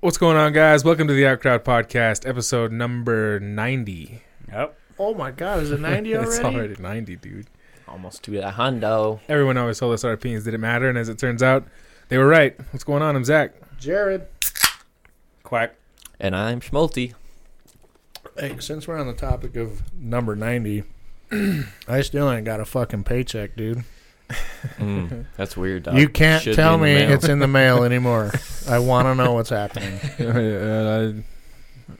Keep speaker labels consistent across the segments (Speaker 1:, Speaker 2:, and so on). Speaker 1: What's going on, guys? Welcome to the Out Crowd Podcast, episode number 90.
Speaker 2: Yep.
Speaker 3: Oh my God, is it 90 already?
Speaker 1: it's already 90, dude.
Speaker 2: Almost to a hundo.
Speaker 1: Everyone always told us our opinions didn't matter, and as it turns out, they were right. What's going on? I'm Zach.
Speaker 3: Jared.
Speaker 2: Quack.
Speaker 4: And I'm Schmalti.
Speaker 3: Hey, since we're on the topic of number 90, I still ain't got a fucking paycheck, dude.
Speaker 4: Mm, that's weird. dog.
Speaker 3: you can't
Speaker 4: Should
Speaker 3: tell
Speaker 4: be
Speaker 3: me
Speaker 4: in the mail.
Speaker 3: it's in the mail anymore. I want to know what's happening.
Speaker 1: Uh,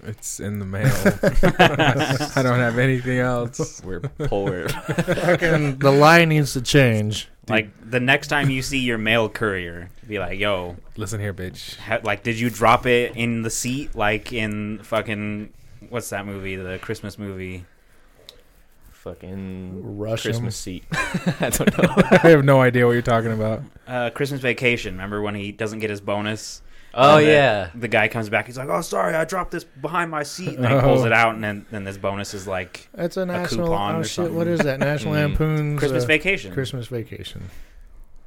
Speaker 1: it's in the mail. I don't have anything else.
Speaker 4: We're poor.
Speaker 3: fucking, the lie needs to change.
Speaker 2: Like the next time you see your mail courier, be like, "Yo,
Speaker 1: Listen here, bitch.
Speaker 2: ha- like, did you drop it in the seat? Like in fucking what's that movie? The Christmas movie?
Speaker 4: Fucking
Speaker 3: Rush him.
Speaker 4: Christmas seat. I don't know.
Speaker 1: I have no idea what you're talking about.
Speaker 2: Uh, Christmas Vacation. Remember when he doesn't get his bonus?
Speaker 4: Oh
Speaker 2: And the-
Speaker 4: yeah.
Speaker 2: The guy comes back. He's like, "Oh, sorry, I dropped this behind my seat." And he pulls it out, and then then this bonus is like
Speaker 3: It's a national.
Speaker 2: coupon
Speaker 3: oh
Speaker 2: or
Speaker 3: shit!
Speaker 2: something.
Speaker 3: What is that? National
Speaker 4: Mm.
Speaker 3: Lampoon's
Speaker 2: Christmas
Speaker 3: uh,
Speaker 2: Vacation.
Speaker 3: Christmas vacation.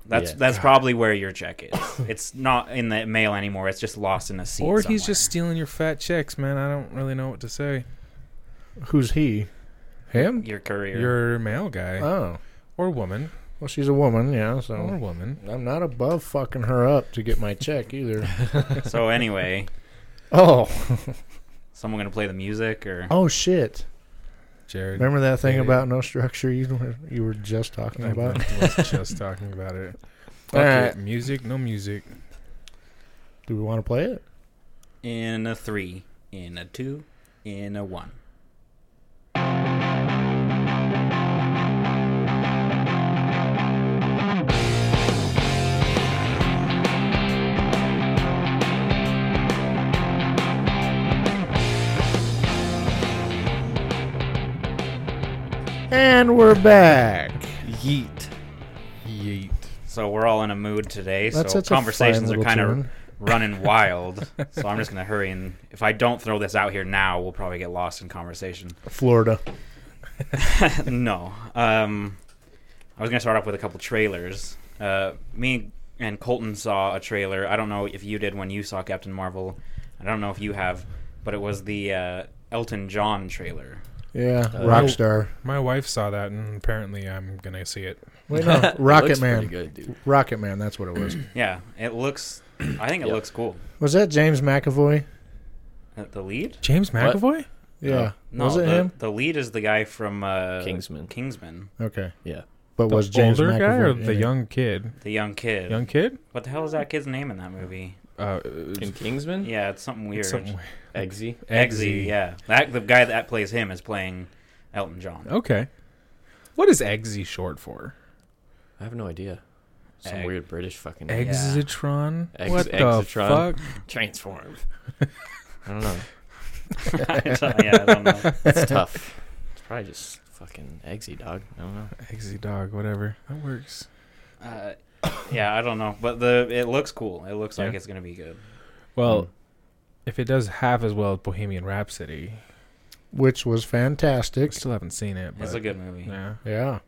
Speaker 2: That's
Speaker 4: Yeah.
Speaker 2: that's probably where your check is. it's not in the mail anymore. It's just lost in a seat.
Speaker 1: Or
Speaker 2: somewhere.
Speaker 1: he's just stealing your fat checks, man. I don't really know what to say.
Speaker 3: Who's he? Him?
Speaker 2: your courier.
Speaker 1: You're a male guy.
Speaker 3: Oh,
Speaker 1: or woman.
Speaker 3: well, she's a woman, yeah.
Speaker 2: Oh.
Speaker 1: Or
Speaker 3: So
Speaker 1: woman.
Speaker 3: I'm not above fucking her up to get my check either.
Speaker 2: so anyway,
Speaker 3: oh,
Speaker 2: someone gonna play the music or
Speaker 3: oh shit!
Speaker 1: Jared.
Speaker 3: Remember that thing
Speaker 1: Yeah.
Speaker 3: about no structure you were, you were just talking
Speaker 1: I
Speaker 3: about?
Speaker 1: was just talking about it.
Speaker 3: All
Speaker 1: Okay,
Speaker 3: right.
Speaker 1: Music, no music.
Speaker 3: Do we want to play it?
Speaker 2: in a three, in a two, in a one.
Speaker 3: And we're back.
Speaker 4: Yeet.
Speaker 1: Yeet.
Speaker 2: So we're all in a mood today.
Speaker 3: That's
Speaker 2: so
Speaker 3: such a fine
Speaker 2: conversations are
Speaker 3: little
Speaker 2: kind of
Speaker 3: tune.
Speaker 2: running wild. So I'm just gonna hurry and if I don't throw this out here now, we'll probably get lost in conversation.
Speaker 3: Florida.
Speaker 2: no. Um, I was gonna start off with a couple trailers. Uh, me and Colton saw a trailer. I don't know if you did when you saw Captain Marvel. I don't know if you have, but it was the uh, Elton John trailer.
Speaker 3: Yeah,
Speaker 4: Uh,
Speaker 3: rock star.
Speaker 1: My wife saw that, and apparently I'm gonna see it.
Speaker 3: Wait, no,
Speaker 4: It
Speaker 3: Rocket
Speaker 4: looks
Speaker 3: Man.
Speaker 4: Pretty good, dude.
Speaker 3: Rocket Man. That's what it was.
Speaker 2: Yeah, it looks. I think it
Speaker 4: Yep.
Speaker 2: looks cool.
Speaker 3: was that James McAvoy?
Speaker 2: Uh, The lead?
Speaker 1: James
Speaker 4: What?
Speaker 1: McAvoy?
Speaker 3: Yeah.
Speaker 2: No,
Speaker 3: was it
Speaker 2: the,
Speaker 3: him?
Speaker 2: The lead is the guy from uh,
Speaker 4: Kingsman.
Speaker 2: Kingsman,
Speaker 3: Okay.
Speaker 4: Yeah.
Speaker 3: But
Speaker 1: The
Speaker 3: was James
Speaker 1: older
Speaker 3: McAvoy
Speaker 1: guy or
Speaker 3: in
Speaker 1: the
Speaker 3: it?
Speaker 1: young kid?
Speaker 2: the young kid.
Speaker 1: Young kid?
Speaker 2: What the hell is that kid's name in that movie?
Speaker 1: Uh,
Speaker 4: In Kingsman.
Speaker 2: Yeah, it's something weird.
Speaker 1: it's something weird.
Speaker 4: Eggsy.
Speaker 2: Eggsy, yeah. That the guy that plays him is playing Elton John.
Speaker 1: Okay. What is Eggsy short for?
Speaker 4: I have no idea. Some
Speaker 2: Egg.
Speaker 4: weird British fucking
Speaker 1: Exitron.
Speaker 4: Ex-
Speaker 1: what
Speaker 4: Exitron.
Speaker 1: the fuck?
Speaker 4: transform. I don't know.
Speaker 2: I don't- yeah, I don't know.
Speaker 4: It's tough. It's probably just fucking Eggsy dog. I don't know.
Speaker 1: Eggsy dog. Whatever. That works.
Speaker 2: Uh, yeah, I don't know, but the it looks cool. It looks like
Speaker 1: Yeah.
Speaker 2: it's gonna be good.
Speaker 1: Well,
Speaker 3: Hmm.
Speaker 4: Mm.
Speaker 1: if it does half as well as Bohemian Rhapsody,
Speaker 3: Which was
Speaker 1: I
Speaker 3: fantastic.
Speaker 1: still haven't seen it. But,
Speaker 2: It's a good movie.
Speaker 1: Yeah.
Speaker 3: Yeah.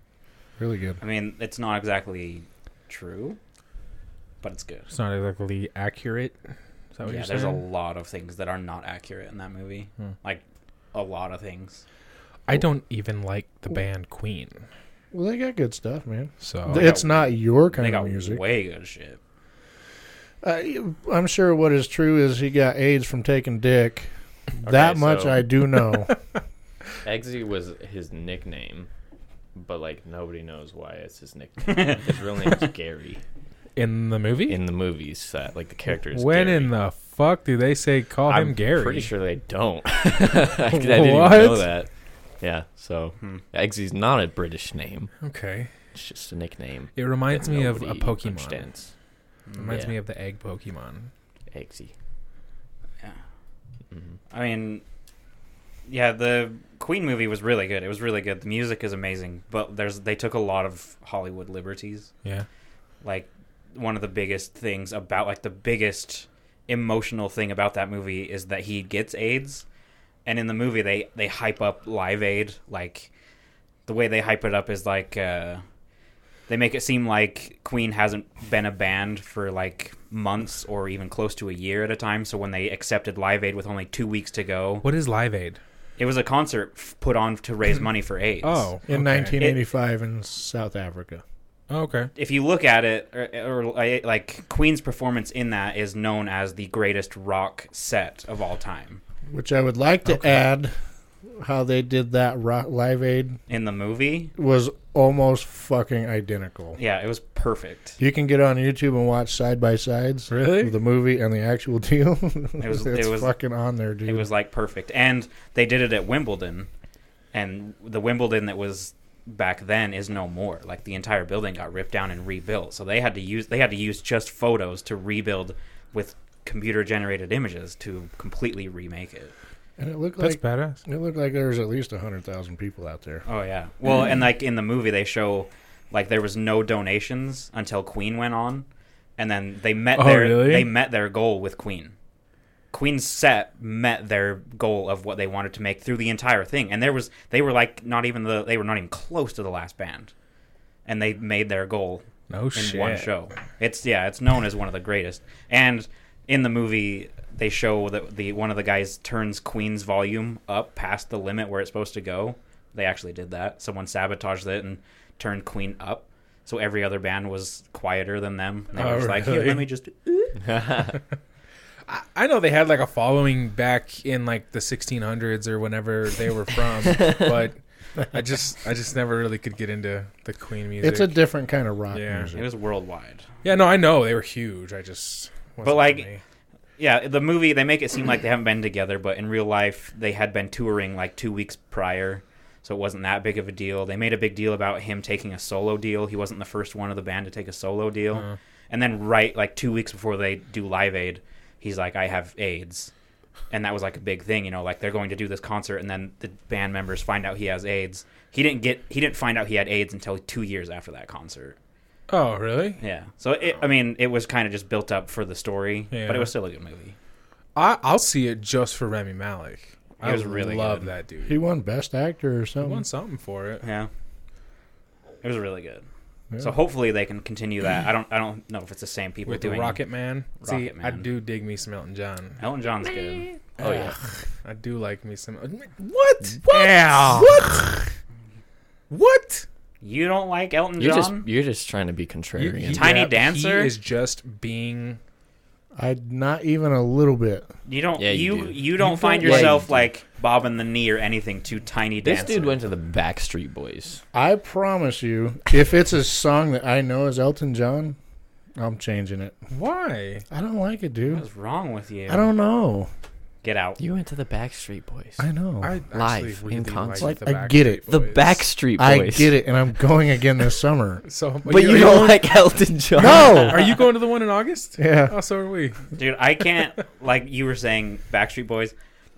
Speaker 3: Really good.
Speaker 2: I mean, it's not exactly true, but it's good.
Speaker 1: It's not exactly accurate. Is that what
Speaker 2: yeah,
Speaker 1: you're
Speaker 2: there's a
Speaker 1: saying?
Speaker 2: lot of things that are not accurate in that movie.
Speaker 1: Hmm.
Speaker 2: Like a lot of things.
Speaker 1: I don't even like the band Queen.
Speaker 3: Well, they got good stuff, man.
Speaker 1: So
Speaker 2: They
Speaker 3: Oh, it's
Speaker 2: got-
Speaker 3: not your
Speaker 2: they
Speaker 3: kind
Speaker 2: got
Speaker 3: of music.
Speaker 2: way good shit.
Speaker 3: Uh, I'm sure what is true is he got AIDS from taking dick. that
Speaker 4: Okay,
Speaker 3: much
Speaker 4: so-
Speaker 3: I do know.
Speaker 4: Eggsy was his nickname, but like nobody knows why it's his nickname. his real name is Gary.
Speaker 1: in the movie?
Speaker 4: In the movies, that like the character is
Speaker 1: when
Speaker 4: Gary.
Speaker 1: in the fuck do they say call
Speaker 4: I'm
Speaker 1: uh, him Gary?
Speaker 4: Pretty sure they don't. I, I didn't even know
Speaker 1: What?
Speaker 4: that. Yeah, so
Speaker 2: Hmm.
Speaker 4: Eggsy's not a British name.
Speaker 1: Okay.
Speaker 4: It's just a nickname.
Speaker 1: It reminds
Speaker 4: that
Speaker 1: me of a
Speaker 4: nobody
Speaker 1: Pokemon.
Speaker 4: Understands.
Speaker 1: Reminds
Speaker 4: Yeah.
Speaker 1: me of the egg Pokemon.
Speaker 4: Eggsy.
Speaker 2: Yeah.
Speaker 4: Mhm.
Speaker 2: I mean, yeah, the Queen movie was really good. It was really good. The music is amazing, but there's they took a lot of Hollywood liberties.
Speaker 1: Yeah.
Speaker 2: like one of the biggest things about like the biggest emotional thing about that movie is that he gets AIDS and in the movie they they hype up live aid like the way they hype it up is like uh they make it seem like Queen hasn't been a band for like months or even close to a year at a time. So when they accepted Live Aid with only two weeks to go,
Speaker 1: What is Live Aid?
Speaker 2: it was a concert f- put on to raise money for AIDS.
Speaker 1: Oh,
Speaker 3: in
Speaker 1: okay.
Speaker 3: 1985 in South Africa.
Speaker 1: Oh, okay.
Speaker 2: if you look at it, or, or I- like Queen's performance in that is known as the greatest rock set of all time
Speaker 3: Which I would like to add how they did that rock, Live Aid
Speaker 2: in the movie.
Speaker 3: was almost fucking identical.
Speaker 2: Yeah, it was perfect.
Speaker 3: You can get on YouTube and watch side by sides
Speaker 1: Really?
Speaker 3: of the movie and the actual deal. It
Speaker 2: was-
Speaker 3: it's
Speaker 2: it was-
Speaker 3: fucking on there, dude.
Speaker 2: It was like perfect, and they did it at Wimbledon, and the Wimbledon that was back then is no more. Like the entire building got ripped down and rebuilt, so they had to use they had to use just photos to rebuild with computer generated images to completely remake it.
Speaker 3: and it looked
Speaker 1: That's
Speaker 3: like
Speaker 1: badass.
Speaker 3: it looked like there was at least hundred thousand people out there.
Speaker 2: Oh yeah. Well, and like in the movie, they show like there was no donations until Queen went on, and then they met
Speaker 1: Oh,
Speaker 2: their
Speaker 1: really?
Speaker 2: they met their goal with Queen. Queen's set met their goal of what they wanted to make through the entire thing, and there was they were like not even the they were not even close to the last band, and they made their goal
Speaker 1: No
Speaker 2: in
Speaker 1: shit.
Speaker 2: one show. It's yeah, it's known as one of the greatest. And in the movie, they show that the one of the guys turns Queen's volume up past the limit where it's supposed to go. They actually did that. Someone sabotaged it and turned Queen up, so every other band was quieter than them. And they were
Speaker 1: Oh,
Speaker 2: just like,
Speaker 1: really?
Speaker 2: "Here, let me just."
Speaker 1: I, I know they had like a following back in like the 1600s or whenever they were from, but I just I just never really could get into the Queen music.
Speaker 3: It's a different kind of rock
Speaker 1: Yeah.
Speaker 2: It
Speaker 3: music.
Speaker 2: was worldwide.
Speaker 1: yeah, no, I know they were huge. I just wasn't
Speaker 2: But, like,
Speaker 1: for me.
Speaker 2: Yeah, the movie they make it seem like they haven't been together, but in real life they had been touring like two weeks prior, so it wasn't that big of a deal. They made a big deal about him taking a solo deal. He wasn't the first one of the band to take a solo deal,
Speaker 1: Uh.
Speaker 2: and then right like two weeks before they do Live Aid, he's like, "I have AIDS," and that was like a big thing, you know, like they're going to do this concert, and then the band members find out he has AIDS. He didn't get he didn't find out he had AIDS until two years after that concert.
Speaker 1: oh really?
Speaker 2: Yeah, so it, I mean, it was kind of just built up for the story, but
Speaker 1: Yeah.
Speaker 2: it was still a good movie.
Speaker 1: I I'll see it just for Remy Malik. I
Speaker 2: He was really
Speaker 1: love
Speaker 2: good.
Speaker 1: that dude.
Speaker 3: He won Best Actor or
Speaker 1: He
Speaker 3: something.
Speaker 1: won something for it.
Speaker 2: Yeah, it was really good.
Speaker 3: Yeah.
Speaker 2: So hopefully they can continue that. I don't. I don't know if it's the same people
Speaker 1: With the
Speaker 2: doing
Speaker 1: Rocket Man. See,
Speaker 2: Rocket
Speaker 1: I
Speaker 2: Man.
Speaker 1: do dig me some Elton John.
Speaker 2: Elton John's good.
Speaker 1: Oh yeah, I do like me some. uh, What?
Speaker 4: Yeah.
Speaker 1: What? What?
Speaker 2: You don't like Elton
Speaker 4: You're just
Speaker 2: John?
Speaker 4: you're just trying to be contrarian.
Speaker 1: You- you-
Speaker 2: Tiny
Speaker 1: yeah,
Speaker 2: Dancer?
Speaker 1: He is just being.
Speaker 3: I not even a little bit.
Speaker 2: you don't.
Speaker 4: Yeah, you
Speaker 2: you you,
Speaker 4: do.
Speaker 2: don't
Speaker 4: You
Speaker 2: find
Speaker 4: don't like-
Speaker 2: yourself
Speaker 4: Yeah, you
Speaker 2: like bobbing the knee or anything to Tiny
Speaker 4: this
Speaker 2: Dancer.
Speaker 4: dude went to the Backstreet Boys.
Speaker 3: I promise you, if it's a song that I know is Elton John, I'm changing it.
Speaker 1: Why?
Speaker 3: I don't like it, dude.
Speaker 2: What's wrong with you?
Speaker 3: I don't know.
Speaker 2: get out.
Speaker 4: You went to the Backstreet Boys.
Speaker 3: I know.
Speaker 1: I
Speaker 4: Live, in
Speaker 1: actually really
Speaker 4: concert.
Speaker 1: like the
Speaker 3: I get
Speaker 1: Backstreet
Speaker 3: it.
Speaker 4: the
Speaker 1: Boys.
Speaker 4: Backstreet Boys.
Speaker 3: I get it, and I'm going again this summer.
Speaker 1: So,
Speaker 4: But you don't like Elton John.
Speaker 3: No.
Speaker 1: Are you going to the one in August?
Speaker 3: Yeah.
Speaker 1: Oh, so are we.
Speaker 2: Dude, I can't like you were saying Backstreet Boys.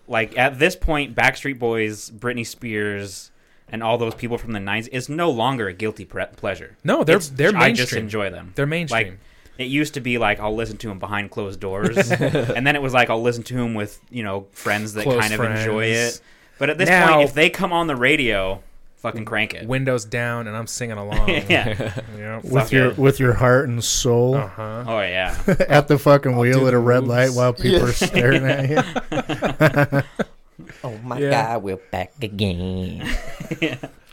Speaker 2: Like at this point, Backstreet Boys, Britney Spears, and all those people from the '90s is no longer a guilty pre- pleasure.
Speaker 1: No, Oh, they're
Speaker 2: It's-
Speaker 1: they're mainstream.
Speaker 2: I just enjoy them.
Speaker 1: They're mainstream.
Speaker 2: Like it used to be like I'll listen to him behind closed doors, and then it was like I'll listen to him with you know friends that
Speaker 1: Close
Speaker 2: kind of enjoy
Speaker 1: friends.
Speaker 2: it. But at this
Speaker 1: Now-
Speaker 2: point, if they come on the radio, fucking crank it.
Speaker 1: Windows down, and I'm singing along.
Speaker 2: yeah.
Speaker 1: Yep.
Speaker 3: With your
Speaker 2: it.
Speaker 3: with your heart and soul
Speaker 1: Uh huh.
Speaker 2: Oh yeah.
Speaker 3: at the fucking
Speaker 1: do
Speaker 3: wheel at
Speaker 1: the
Speaker 3: a red
Speaker 1: moves.
Speaker 3: light while people are staring at you.
Speaker 5: Oh my
Speaker 1: Yeah.
Speaker 5: God, we're back again.
Speaker 3: I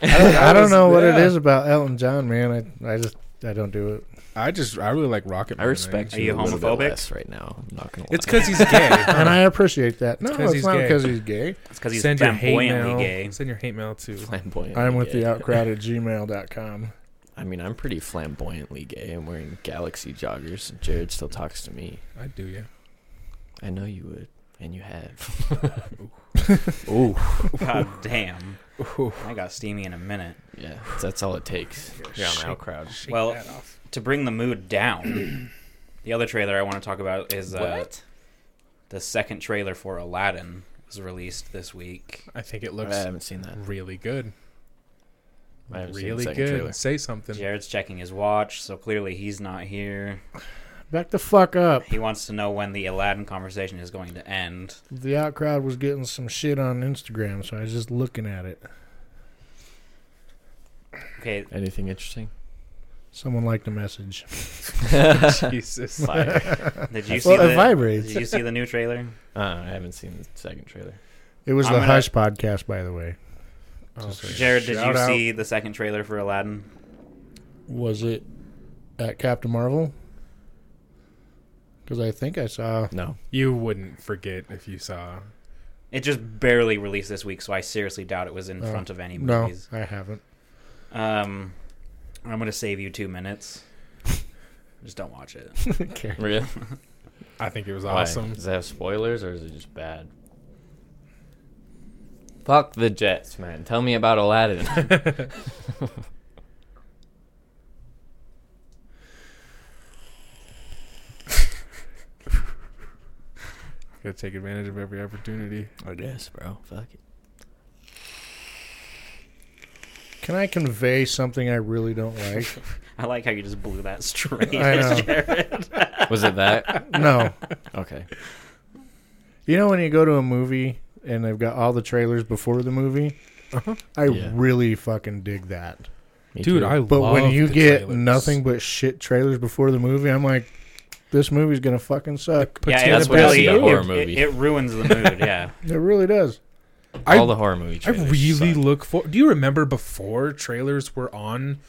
Speaker 3: don't, I don't know what it
Speaker 1: Yeah.
Speaker 3: is about Elton John, man. I I just I don't do it.
Speaker 1: I just I really like Rocket.
Speaker 4: I
Speaker 1: Man,
Speaker 4: respect
Speaker 1: man.
Speaker 2: Are you
Speaker 4: you a little bit
Speaker 2: homophobic?
Speaker 4: less right now. I'm not gonna lie.
Speaker 1: It's because he's gay.
Speaker 3: And I appreciate that. No,
Speaker 1: 'cause
Speaker 3: it's
Speaker 1: he's
Speaker 3: not
Speaker 1: gay.
Speaker 3: because he's gay.
Speaker 2: It's because he's
Speaker 1: Send your hate
Speaker 2: flamboyantly
Speaker 1: mail.
Speaker 2: gay.
Speaker 1: Send your hate mail to.
Speaker 4: flamboyant.
Speaker 3: I'm with
Speaker 4: gay.
Speaker 3: the outcrowd at gmail.com.
Speaker 4: I mean, I'm pretty flamboyantly gay. I'm wearing galaxy joggers. and Jared still talks to me.
Speaker 1: I do yeah.
Speaker 4: I know you would, and you have. Ooh,
Speaker 2: God damn. I got steamy in a minute.
Speaker 4: yeah, that's all it takes. You're on the outcrowd.
Speaker 1: Shake
Speaker 2: Well-
Speaker 1: that off.
Speaker 2: to bring the mood down, the other trailer I want to talk about is uh, the second trailer for Aladdin was released this week.
Speaker 1: I think it
Speaker 4: I
Speaker 5: uh,
Speaker 1: looks
Speaker 4: haven't seen that.
Speaker 1: really good.
Speaker 4: I haven't seen the
Speaker 1: really
Speaker 4: second
Speaker 1: good.
Speaker 4: trailer.
Speaker 1: Say something.
Speaker 2: Jared's checking his watch, so clearly he's not here.
Speaker 3: Back the fuck up.
Speaker 2: He wants to know when the Aladdin conversation is going to end.
Speaker 3: The outcrowd was getting some shit on Instagram, so I was just looking at it.
Speaker 2: Okay,
Speaker 4: Anything interesting?
Speaker 3: Someone liked a message.
Speaker 1: Jesus.
Speaker 4: Fire.
Speaker 2: Did you see
Speaker 3: Well,
Speaker 2: the,
Speaker 3: it vibrates.
Speaker 2: Did you see the new trailer?
Speaker 4: Uh, I haven't seen the second trailer.
Speaker 3: It was
Speaker 2: I'm
Speaker 3: the
Speaker 2: gonna-
Speaker 3: Hush podcast, by the way.
Speaker 1: Oh,
Speaker 3: Just-
Speaker 1: shit.
Speaker 2: Jared, did
Speaker 3: Shout
Speaker 2: you
Speaker 3: out.
Speaker 2: see the second trailer for Aladdin?
Speaker 3: Was it at Captain Marvel? Because I think I saw.
Speaker 4: No.
Speaker 1: You wouldn't forget if you saw.
Speaker 2: It just barely released this week, so I seriously doubt it was in
Speaker 3: Oh,
Speaker 2: front of any
Speaker 3: No,
Speaker 2: movies.
Speaker 3: I haven't.
Speaker 2: Um, I'm gonna save you two minutes. Just don't watch it.
Speaker 4: Really?
Speaker 1: I think it was
Speaker 4: Why?
Speaker 1: awesome.
Speaker 4: Does it have spoilers or is it just bad? Fuck the Jets, man. Tell me about Aladdin.
Speaker 1: Gotta take advantage of every opportunity.
Speaker 5: I guess, bro. Fuck it.
Speaker 3: Can I convey something I really don't like?
Speaker 2: I like how you just blew that straight.
Speaker 3: I know.
Speaker 2: Jared.
Speaker 4: Was it that?
Speaker 3: no.
Speaker 4: Okay.
Speaker 3: You know when you go to a movie and they've got all the trailers before the movie?
Speaker 1: Uh-huh.
Speaker 3: I
Speaker 4: Yeah.
Speaker 3: really fucking dig that.
Speaker 5: Me
Speaker 1: Dude,
Speaker 5: too.
Speaker 1: I love
Speaker 3: But when you
Speaker 1: the
Speaker 3: get
Speaker 1: trailers.
Speaker 3: nothing but shit trailers before the movie, I'm like, this movie's gonna fucking suck.
Speaker 1: Puts
Speaker 2: yeah,
Speaker 1: you in
Speaker 2: it
Speaker 1: a
Speaker 5: what
Speaker 1: bad
Speaker 5: I
Speaker 2: really
Speaker 5: see in a
Speaker 1: mood.
Speaker 5: horror
Speaker 2: it-
Speaker 5: movie.
Speaker 2: It, it ruins the mood. Yeah,
Speaker 3: It really does.
Speaker 1: I-
Speaker 5: all the horror movie
Speaker 1: I
Speaker 5: trailers.
Speaker 1: really
Speaker 5: suck.
Speaker 1: look for. Do you remember before trailers were on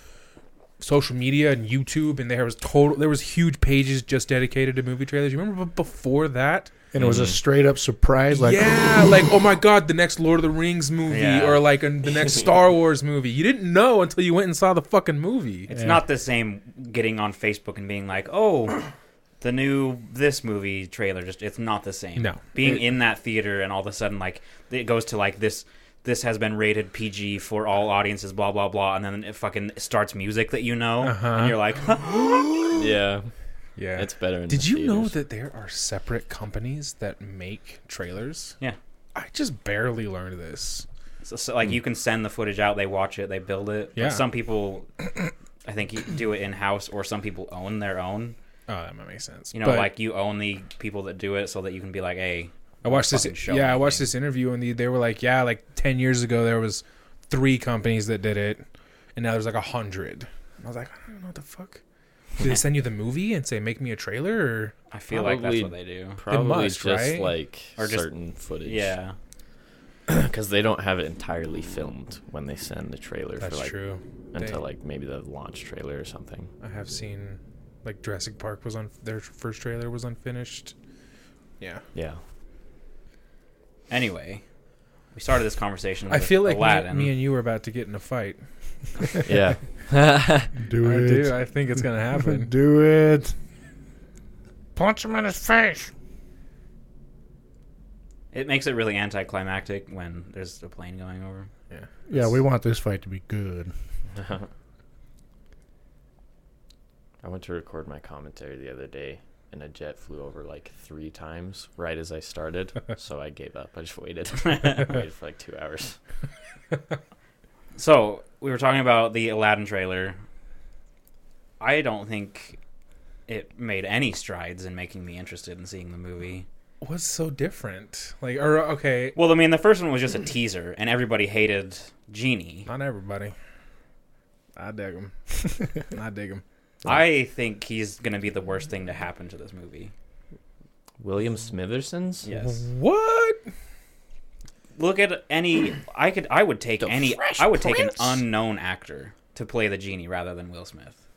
Speaker 1: social media and YouTube, and there was total, there was huge pages just dedicated to movie trailers. You remember b- before that?
Speaker 3: And it was a straight up surprise. Like,
Speaker 1: yeah, like oh my god, the next Lord of the Rings movie,
Speaker 2: Yeah.
Speaker 1: or like an- the next Star Wars movie. You didn't know until you went and saw the fucking movie.
Speaker 2: it's not the same getting on Facebook and being like, "Oh, the new this movie trailer." Just it's not the same.
Speaker 1: No.
Speaker 2: being in that theater and all of a sudden like it goes to like this. This has been rated PG for all audiences, blah blah blah, and then it fucking starts music that you know,
Speaker 1: Uh-huh.
Speaker 2: and you're like,
Speaker 4: Yeah.
Speaker 1: Yeah,
Speaker 4: It's better. In
Speaker 1: Did
Speaker 4: the
Speaker 1: you know
Speaker 4: theaters.
Speaker 1: that there are separate companies that make trailers?
Speaker 2: yeah.
Speaker 1: I just barely learned this.
Speaker 2: So, so like you can send the footage out, they watch it, they build it.
Speaker 1: Hmm. Yeah.
Speaker 2: But some people, I think, do it in house, or some people own their own.
Speaker 1: Oh, that might make sense.
Speaker 2: You know,
Speaker 1: But-
Speaker 2: like you own the people that do it, so that you can be like, hey,
Speaker 1: I watched this.
Speaker 2: fucking show
Speaker 1: yeah, I
Speaker 2: me
Speaker 1: watched
Speaker 2: things.
Speaker 1: this interview, and the, they were like, "Yeah, like ten years ago, there was three companies that did it, and now there's like a hundred. I was like, I don't know what the fuck. Do they send you the movie and say, "Make me a trailer"? Or...
Speaker 2: I feel like
Speaker 4: Probably-
Speaker 2: that's what they do.
Speaker 4: Probably
Speaker 1: must,
Speaker 4: just
Speaker 1: right?
Speaker 4: like
Speaker 2: Or just-
Speaker 4: certain footage.
Speaker 2: Yeah,
Speaker 4: Because they don't have it entirely filmed when they send the trailer
Speaker 1: That's
Speaker 4: for like
Speaker 1: true.
Speaker 4: until
Speaker 1: They-
Speaker 4: like maybe the launch trailer or something.
Speaker 1: I have seen, like Jurassic Park was on their first trailer was unfinished. Yeah,
Speaker 4: Yeah.
Speaker 2: Anyway, we started this conversation.
Speaker 1: I
Speaker 2: with
Speaker 1: feel like me,
Speaker 2: Aladdin.
Speaker 1: me and you are about to get in a fight.
Speaker 4: Yeah.
Speaker 3: do
Speaker 1: I
Speaker 3: it,
Speaker 1: do. I think it's gonna happen.
Speaker 3: do it. Punch him in his face.
Speaker 2: it makes it really anticlimactic when there's a plane going over.
Speaker 3: Yeah, we want this fight to be good.
Speaker 4: I went to record my commentary the other day, and a jet flew over like three times right as I started. so I gave up. I just waited. waited for like two hours.
Speaker 2: So we were talking about the Aladdin trailer. I don't think it made any strides in making me interested in seeing the movie.
Speaker 1: What's so different? Like, or okay,
Speaker 2: Well, I mean, the first one was just a teaser, and everybody hated Genie.
Speaker 1: not everybody. I dig him. I dig him.
Speaker 2: I think he's going to be the worst thing to happen to this movie.
Speaker 4: William Smitherson's?
Speaker 2: Yes.
Speaker 1: What?
Speaker 2: Look at any. I could. I would take
Speaker 4: The
Speaker 2: any.
Speaker 4: Fresh
Speaker 2: I would take an
Speaker 4: Prince?
Speaker 2: unknown actor to play the Genie rather than Will Smith.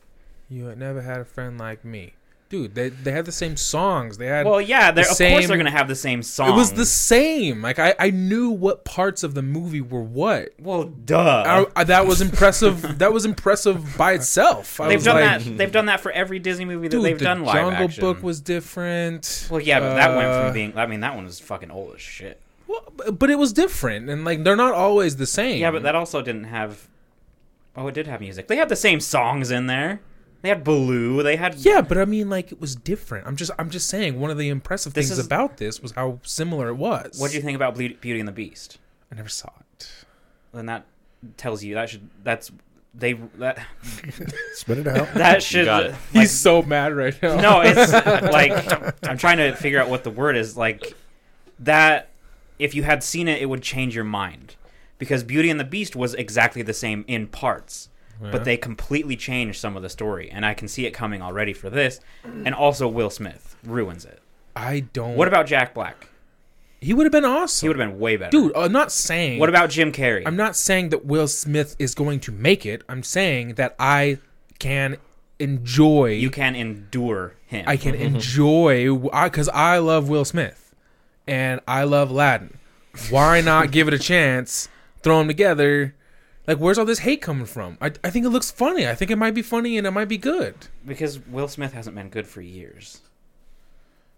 Speaker 1: You ain't never had a friend like me. Dude, they they had the same songs. They had
Speaker 2: Well, yeah. They're,
Speaker 1: The
Speaker 2: of
Speaker 1: same-
Speaker 2: course, they're going to have the same song.
Speaker 1: It was the same. Like I, I knew what parts of the movie were what.
Speaker 2: Well, duh.
Speaker 1: I, I- that was impressive. that was impressive by itself. I
Speaker 2: they've
Speaker 1: was
Speaker 2: done
Speaker 1: like,
Speaker 2: that. They've done that for every Disney movie that
Speaker 1: Dude,
Speaker 2: they've
Speaker 1: the
Speaker 2: done live
Speaker 1: Jungle
Speaker 2: action.
Speaker 1: Book was different.
Speaker 2: Well, yeah, but that went
Speaker 1: Uh,
Speaker 2: from being. I mean, that one was fucking old as shit.
Speaker 1: well, b- but it was different, and like they're not always the same.
Speaker 2: Yeah, but that also didn't have. Oh, it did have music. They had the same songs in there. They had Baloo. They had.
Speaker 1: Yeah, but I mean, like it was different. I'm just, I'm just saying. One of the impressive
Speaker 2: This
Speaker 1: things
Speaker 2: is-
Speaker 1: about this was how similar it was.
Speaker 2: What do you think about Ble- Beauty and the Beast?
Speaker 1: I never saw it.
Speaker 2: Then that tells you that should. That's they that
Speaker 3: Spit it out.
Speaker 2: that should.
Speaker 4: got it.
Speaker 2: like,
Speaker 1: He's so mad right now.
Speaker 2: no, it's like I'm trying to figure out what the word is. Like that. If you had seen it, it would change your mind because Beauty and the Beast was exactly the same in parts. but they completely changed some of the story, and I can see it coming already for this. And also, Will Smith ruins it.
Speaker 1: I don't.
Speaker 2: What about Jack Black?
Speaker 1: He would have been
Speaker 2: He
Speaker 1: awesome,
Speaker 2: would have been way better,
Speaker 1: dude. I'm not saying.
Speaker 2: What about Jim Carrey?
Speaker 1: I'm not saying that Will Smith is going to make it. I'm saying that I can enjoy.
Speaker 2: you can Mm-hmm. endure him.
Speaker 1: I can enjoy because I, love Will Smith and I love Aladdin. Why not give it a chance? Throw them together. Like, where's all this hate coming from? I, I think it looks funny. I think it might be funny and it might be good.
Speaker 2: because Will Smith hasn't been good for years.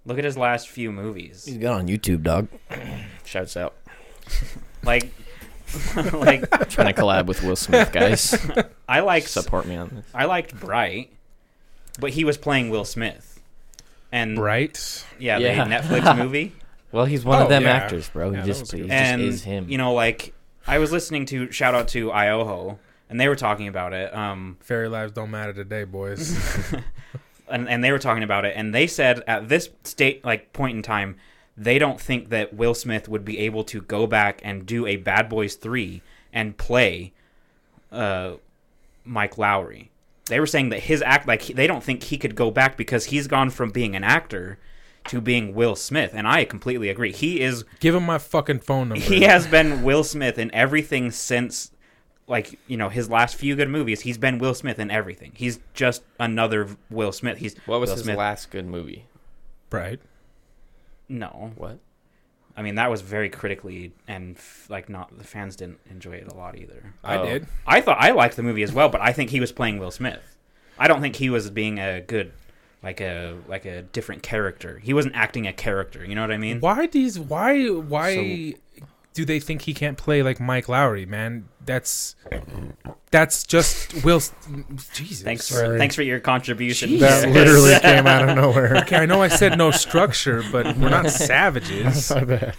Speaker 2: Look at his last few movies.
Speaker 5: He's got on YouTube, dog.
Speaker 4: Shouts out.
Speaker 2: Like, like
Speaker 4: Trying to collab with Will Smith, guys.
Speaker 2: I like
Speaker 4: Support me on this.
Speaker 2: I liked Bright, but he was playing Will Smith, and
Speaker 1: Right?
Speaker 2: yeah,
Speaker 4: Yeah.
Speaker 2: the Netflix movie,
Speaker 5: Well, he's one
Speaker 1: Oh,
Speaker 5: of them
Speaker 1: yeah.
Speaker 5: actors, bro.
Speaker 1: Yeah, that
Speaker 5: he
Speaker 1: was
Speaker 5: just,
Speaker 1: good.
Speaker 5: he just
Speaker 2: and
Speaker 5: is him.
Speaker 2: you know, like I was listening to shout out to Ioho, and they were talking about it. Um,
Speaker 1: Fairy lives don't matter today, boys.
Speaker 2: and, and they were talking about it, and they said at this state like point in time, they don't think that Will Smith would be able to go back and do a Bad Boys three and play, uh, Mike Lowry. They were saying that his act like he, they don't think he could go back because he's gone from being an actor to being Will Smith, and I completely agree. He is
Speaker 1: Give him my fucking phone number.
Speaker 2: he has been Will Smith in everything since like you know his last few good movies he's been will smith in everything he's just another will smith he's
Speaker 4: What was
Speaker 2: Will
Speaker 4: his
Speaker 2: Smith.
Speaker 4: last good movie?
Speaker 1: Right?
Speaker 2: no
Speaker 4: What?
Speaker 2: I mean, that was very critically and f- like not the fans didn't enjoy it a lot either.
Speaker 1: I
Speaker 4: Oh.
Speaker 1: did.
Speaker 2: I thought I liked the movie as well, but I think he was playing Will Smith. I don't think he was being a good like a like a different character. He wasn't acting a character. You know what I mean?
Speaker 1: Why these? Why? Why do they think he can't play like Mike Lowry? Man, that's that's just Will. Jesus.
Speaker 2: Thanks for
Speaker 3: Sorry.
Speaker 2: thanks for your contribution.
Speaker 1: Jeez.
Speaker 3: That
Speaker 2: Yes.
Speaker 3: literally came out of nowhere.
Speaker 1: Okay, I know I said no structure, but we're not savages.
Speaker 3: My bad.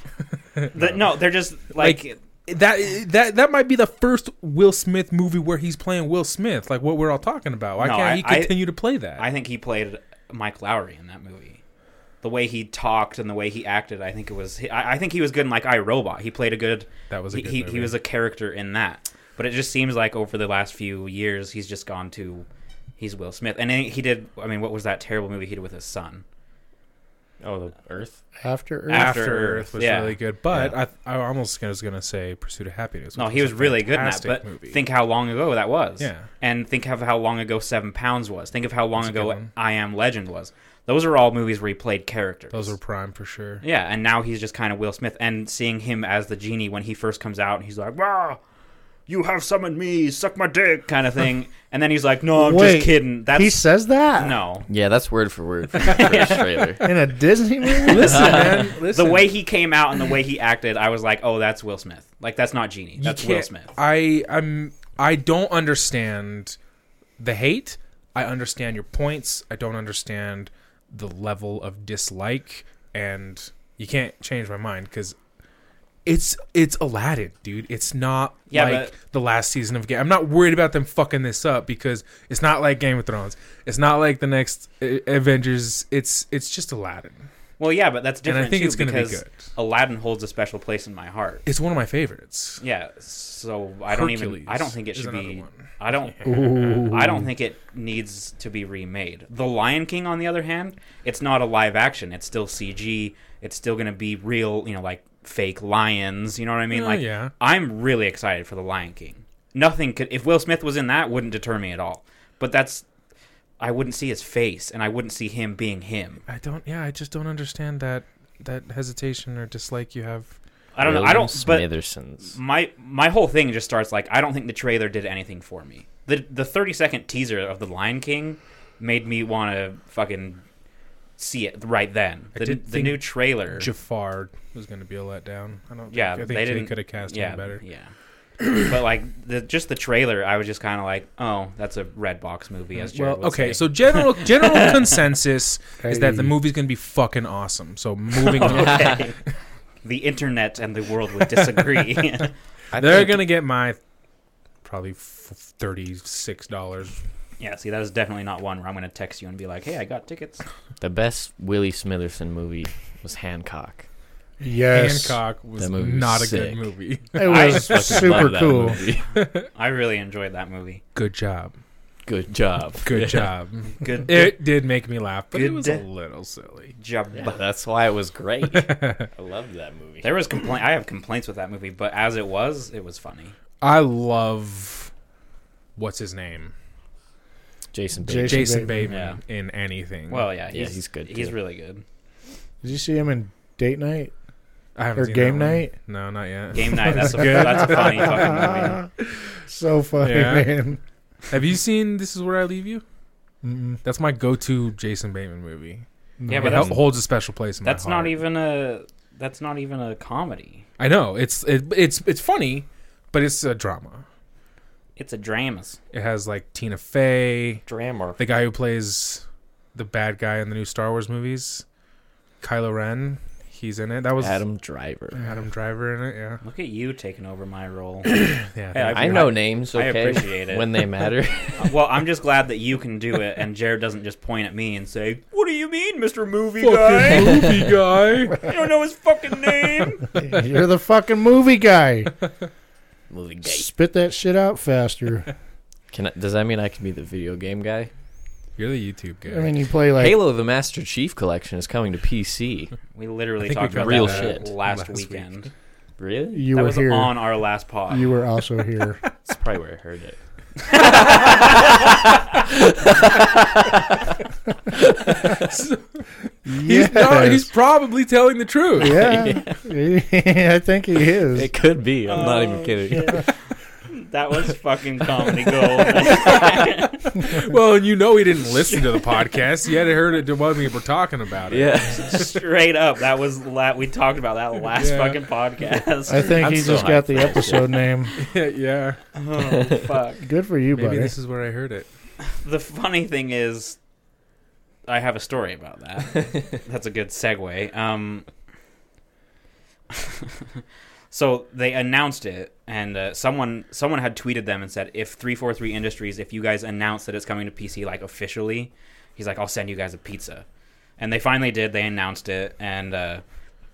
Speaker 2: The- no, they're just like,
Speaker 1: Like- That that that might be the first Will Smith movie where he's playing Will Smith, like what we're all talking about. Why
Speaker 2: No,
Speaker 1: can't
Speaker 2: I-
Speaker 1: he
Speaker 2: I-
Speaker 1: continue to play that?
Speaker 2: I think he played Mike Lowry in that movie. The way he talked and the way he acted, I think it was. I, I think he was good in like I Robot. He played a good
Speaker 1: that was a
Speaker 2: he,
Speaker 1: good
Speaker 2: he,
Speaker 1: movie.
Speaker 2: he was a character in that. But it just seems like over the last few years, he's just gone to he's Will Smith, and then he did. I mean, what was that terrible movie he did with his son?
Speaker 4: Oh, the Earth.
Speaker 3: After Earth.
Speaker 2: After
Speaker 1: After Earth was
Speaker 2: yeah.
Speaker 1: really good, but I, I almost was gonna say Pursuit of Happiness.
Speaker 2: No,
Speaker 1: which
Speaker 2: he was
Speaker 1: a
Speaker 2: really good in that.
Speaker 1: fantastic
Speaker 2: But think how long ago that was.
Speaker 1: Yeah.
Speaker 2: And think of how long ago Seven Pounds was. Think of how long
Speaker 1: That's a good
Speaker 2: ago
Speaker 1: one.
Speaker 2: I Am Legend was. Those are all movies where he played characters.
Speaker 1: those were prime for sure.
Speaker 2: Yeah, and now he's just kind of Will Smith, and seeing him as the genie when he first comes out, and he's like, "Wow, you have summoned me, suck my dick," kind of thing. and then he's like, "No, I'm
Speaker 3: Wait,
Speaker 2: just kidding." That's
Speaker 3: he says that
Speaker 2: no.
Speaker 5: yeah, that's word for word from the first trailer.
Speaker 3: in a Disney movie.
Speaker 1: Listen, man, listen.
Speaker 2: The way he came out and the way he acted, I was like, "Oh, that's Will Smith. Like that's not genie.
Speaker 1: You
Speaker 2: That's Will
Speaker 1: can't-
Speaker 2: Smith."
Speaker 1: I I'm I don't understand the hate. I understand your points. I don't understand the level of dislike, and you can't change my mind because it's it's Aladdin, dude. It's not
Speaker 2: Yeah,
Speaker 1: like
Speaker 2: but-
Speaker 1: the last season of Game. I'm not worried about them fucking this up because it's not like Game of Thrones. It's not like the next uh, Avengers. It's it's just Aladdin,
Speaker 2: Well, yeah, but that's
Speaker 1: and
Speaker 2: different
Speaker 1: I think
Speaker 2: too
Speaker 1: it's gonna be
Speaker 2: because
Speaker 1: good.
Speaker 2: Aladdin holds a special place in my heart.
Speaker 1: It's one of my favorites.
Speaker 2: Yeah, so I don't even. I don't think it
Speaker 1: is
Speaker 2: should
Speaker 1: another
Speaker 2: be.
Speaker 1: one.
Speaker 2: I don't. I don't think it needs to be remade. The Lion King, on the other hand, it's not a live action. It's still CG. It's still going to be real, you know, like fake lions. You know what I mean?
Speaker 1: Oh,
Speaker 2: like,
Speaker 1: yeah.
Speaker 2: I'm really excited for The Lion King. Nothing could. If Will Smith was in that, wouldn't deter me at all. But that's. I wouldn't see his face, and I wouldn't see him being him.
Speaker 1: I don't. Yeah, I just don't understand that that hesitation or dislike you have.
Speaker 2: I don't know. I don't. But
Speaker 4: Smithersons.
Speaker 2: my my whole thing just starts like I don't think the trailer did anything for me. The the 30 second teaser of the Lion King made me want to fucking see it right then.
Speaker 1: I
Speaker 2: The,
Speaker 1: did
Speaker 2: the
Speaker 1: think
Speaker 2: new trailer.
Speaker 1: Jafar was going to be a letdown. I don't. think, I
Speaker 2: yeah,
Speaker 1: think
Speaker 2: they
Speaker 1: they,
Speaker 2: didn't
Speaker 1: could have cast
Speaker 2: yeah,
Speaker 1: him better.
Speaker 2: Yeah. but like the just the trailer, I was just kind of like, "Oh, that's a red box movie." As Jared
Speaker 1: Well,
Speaker 2: would
Speaker 1: okay.
Speaker 2: say.
Speaker 1: So general general consensus is that the
Speaker 3: Hey.
Speaker 1: movie's going to be fucking awesome. So moving on,
Speaker 2: Okay. the internet and the world would disagree.
Speaker 1: they're going to get my probably f- thirty six dollars.
Speaker 2: yeah, see, that was definitely not one where I'm going to text you and be like, "Hey, I got tickets."
Speaker 4: The best Willie Smitherson movie was Hancock.
Speaker 3: Yes,
Speaker 1: Hancock was
Speaker 5: That movie was
Speaker 1: not a
Speaker 5: sick.
Speaker 1: good movie.
Speaker 3: it
Speaker 2: I
Speaker 3: was
Speaker 4: Fucking love
Speaker 3: super
Speaker 4: that
Speaker 3: cool.
Speaker 4: movie.
Speaker 2: I really enjoyed that movie.
Speaker 1: Good job.
Speaker 4: Good job.
Speaker 1: Good
Speaker 4: Yeah.
Speaker 1: job.
Speaker 2: Good, good
Speaker 1: It did make me laugh, but it
Speaker 2: Good
Speaker 1: was a
Speaker 2: day.
Speaker 1: little silly.
Speaker 2: job.
Speaker 4: Yeah, that's why it was great. I loved that movie.
Speaker 2: There was complaint. I have complaints with that movie, but as it was, it was funny.
Speaker 1: I love what's his name?
Speaker 4: Jason
Speaker 3: Jason-
Speaker 4: Bateman.
Speaker 1: Jason
Speaker 2: Bateman.
Speaker 1: Bateman in anything.
Speaker 2: Well, yeah, he's,
Speaker 4: Yeah, he's good,
Speaker 2: He's
Speaker 4: too.
Speaker 2: really good.
Speaker 3: Did you see him in Date Night?
Speaker 1: I haven't
Speaker 3: or
Speaker 1: seen
Speaker 3: Game
Speaker 1: that one.
Speaker 3: Night?
Speaker 1: No, not yet.
Speaker 2: Game night. That's a that's a funny fucking movie.
Speaker 3: So funny,
Speaker 1: Yeah.
Speaker 3: man.
Speaker 1: Have you seen This Is Where I Leave You?
Speaker 3: Mm-mm.
Speaker 1: That's my go-to Jason Bateman movie.
Speaker 2: Yeah,
Speaker 1: it
Speaker 2: but
Speaker 1: hel-
Speaker 2: that's-
Speaker 1: holds a special place in my
Speaker 2: That's not
Speaker 1: heart.
Speaker 2: even a. That's not even a comedy.
Speaker 1: I know it's it, it's it's funny, but it's a drama.
Speaker 2: It's a dramas.
Speaker 1: It has like Tina Fey,
Speaker 4: Drama.
Speaker 1: the guy who plays the bad guy in the new Star Wars movies, Kylo Ren. He's in it. That was
Speaker 5: Adam Driver.
Speaker 1: Adam Driver in it. Yeah,
Speaker 2: Look at you taking over my role.
Speaker 1: yeah.
Speaker 2: Hey,
Speaker 1: thank
Speaker 2: I
Speaker 5: I
Speaker 1: you.
Speaker 5: know names,
Speaker 2: I
Speaker 5: okay?
Speaker 2: appreciate it.
Speaker 5: When they matter.
Speaker 2: well, I'm just glad that you can do it, and Jared doesn't just point at me and say, "What do you mean, Mr. Movie Guy?
Speaker 1: Fucking movie guy.
Speaker 2: You don't know his fucking name."
Speaker 3: You're the fucking movie guy.
Speaker 5: Movie guy.
Speaker 3: Spit that shit out faster.
Speaker 5: Can I, does that mean I can be the video game guy?
Speaker 1: You're the YouTube guy.
Speaker 3: I mean, you play like
Speaker 5: Halo the Master Chief collection is coming to PC.
Speaker 2: We literally
Speaker 1: I think we
Speaker 2: talked about
Speaker 5: real
Speaker 2: that
Speaker 5: shit
Speaker 1: last
Speaker 2: last,
Speaker 1: week.
Speaker 2: weekend.
Speaker 5: Really?
Speaker 3: you
Speaker 2: that
Speaker 3: were
Speaker 2: was
Speaker 3: here.
Speaker 2: on our last pod.
Speaker 3: You were also here.
Speaker 5: That's probably where I heard it.
Speaker 1: he's, not, he's probably telling the truth.
Speaker 3: yeah, I think he is.
Speaker 5: It could be. I'm not even
Speaker 2: Oh,
Speaker 5: kidding.
Speaker 2: shit. that was fucking comedy gold.
Speaker 1: Well, and you know he didn't listen to the podcast. He had heard it while we were talking about it.
Speaker 5: Yeah.
Speaker 2: Straight up, that was la- we talked about that last
Speaker 1: Yeah.
Speaker 2: fucking podcast.
Speaker 3: I think
Speaker 5: I'm
Speaker 3: he
Speaker 5: still
Speaker 3: just got
Speaker 5: hyped
Speaker 3: the
Speaker 5: for that shit.
Speaker 3: episode name.
Speaker 1: Yeah, yeah.
Speaker 2: oh fuck.
Speaker 3: Good for you,
Speaker 1: Maybe
Speaker 3: buddy.
Speaker 1: this is where I heard it.
Speaker 2: The funny thing is, I have a story about that. That's a good segue. Um, so they announced it, and uh, someone someone had tweeted them and said, "If three four three Industries, if you guys announce that it's coming to PC like officially, he's like, I'll send you guys a pizza." And they finally did. They announced it, and uh,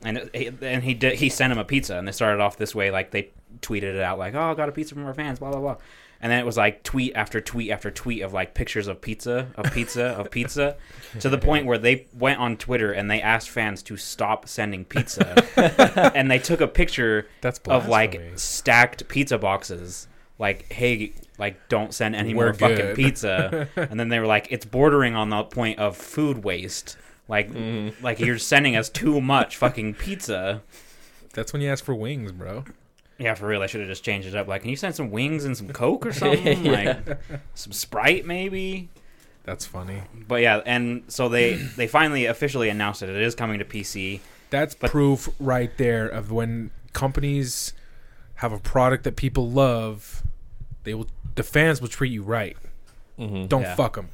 Speaker 2: and it, and he did, he sent him a pizza, and they started off this way, like they tweeted it out, like, "Oh, I got a pizza from our fans," blah blah blah. And then it was like tweet after tweet after tweet of like pictures of pizza, of pizza, of pizza, to the point where they went on Twitter and they asked fans to stop sending pizza. and they took a picture
Speaker 1: That's
Speaker 2: of like
Speaker 1: blasphemy.
Speaker 2: stacked pizza boxes, like, hey, like don't send any
Speaker 1: We're
Speaker 2: more fucking
Speaker 1: good.
Speaker 2: pizza. and then they were like, it's bordering on the point of food waste. Like, like you're sending us too much fucking pizza.
Speaker 1: That's when you ask for wings, bro.
Speaker 2: Yeah, for real. I should have just changed it up. Like, can you send some wings and some Coke or something? Like, some Sprite maybe.
Speaker 1: That's funny.
Speaker 2: But yeah, and so they they finally officially announced it. It is coming to PC.
Speaker 1: That's
Speaker 2: But-
Speaker 1: proof right there of when companies have a product that people love, they will the fans will treat you right.
Speaker 5: hmm
Speaker 1: Don't
Speaker 2: Yeah.
Speaker 1: fuck them.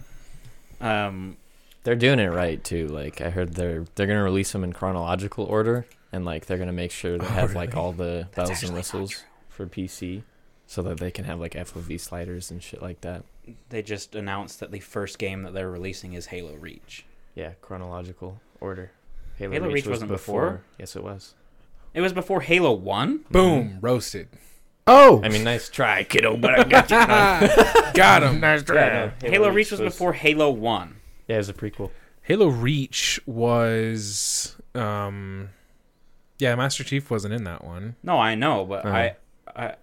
Speaker 2: Um,
Speaker 5: They're doing it right too. Like I heard they're they're gonna release them in chronological order, and like they're gonna make sure they
Speaker 1: Oh,
Speaker 5: have like
Speaker 1: really?
Speaker 5: all the
Speaker 2: That's
Speaker 5: bells
Speaker 2: actually
Speaker 5: and
Speaker 2: not
Speaker 5: whistles
Speaker 2: true.
Speaker 5: for PC, so that they can have like FOV sliders and shit like that.
Speaker 2: They just announced that the first game that they're releasing is Halo Reach.
Speaker 5: Yeah, chronological order.
Speaker 2: Halo Reach wasn't before?
Speaker 5: Yes, it was.
Speaker 2: It was before Halo One.
Speaker 1: Boom, roasted.
Speaker 3: Oh,
Speaker 5: I mean, nice try, kiddo.
Speaker 2: But I got you.
Speaker 1: Got him. nice
Speaker 5: Yeah,
Speaker 2: Halo, Reach was, before Halo One.
Speaker 5: Yeah, it was a prequel.
Speaker 1: Halo Reach was um yeah, Master Chief wasn't in that one.
Speaker 2: No, I know, but
Speaker 5: Uh-huh.
Speaker 2: I I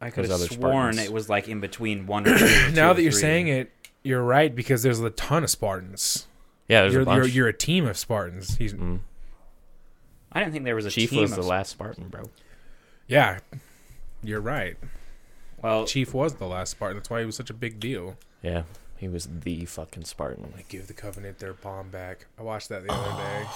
Speaker 2: I could
Speaker 5: There's
Speaker 2: have
Speaker 5: other
Speaker 2: sworn
Speaker 5: Spartans.
Speaker 2: it was like in between one. Or two,
Speaker 1: now
Speaker 2: or two or
Speaker 1: that you're
Speaker 2: three.
Speaker 1: saying it, you're right because there's a ton of Spartans.
Speaker 5: Yeah, there's
Speaker 1: You're,
Speaker 5: a
Speaker 1: you're
Speaker 5: bunch.
Speaker 1: you're a team of Spartans. He's
Speaker 5: Mm.
Speaker 2: I didn't think there was a
Speaker 5: Chief
Speaker 2: team
Speaker 5: was
Speaker 2: of
Speaker 5: the last Spartan, bro.
Speaker 1: yeah. You're right.
Speaker 2: Well,
Speaker 1: Chief was the last Spartan. That's why he was such a big deal.
Speaker 5: Yeah, he was the fucking Spartan.
Speaker 1: I give the Covenant their bomb back. I watched that the other day.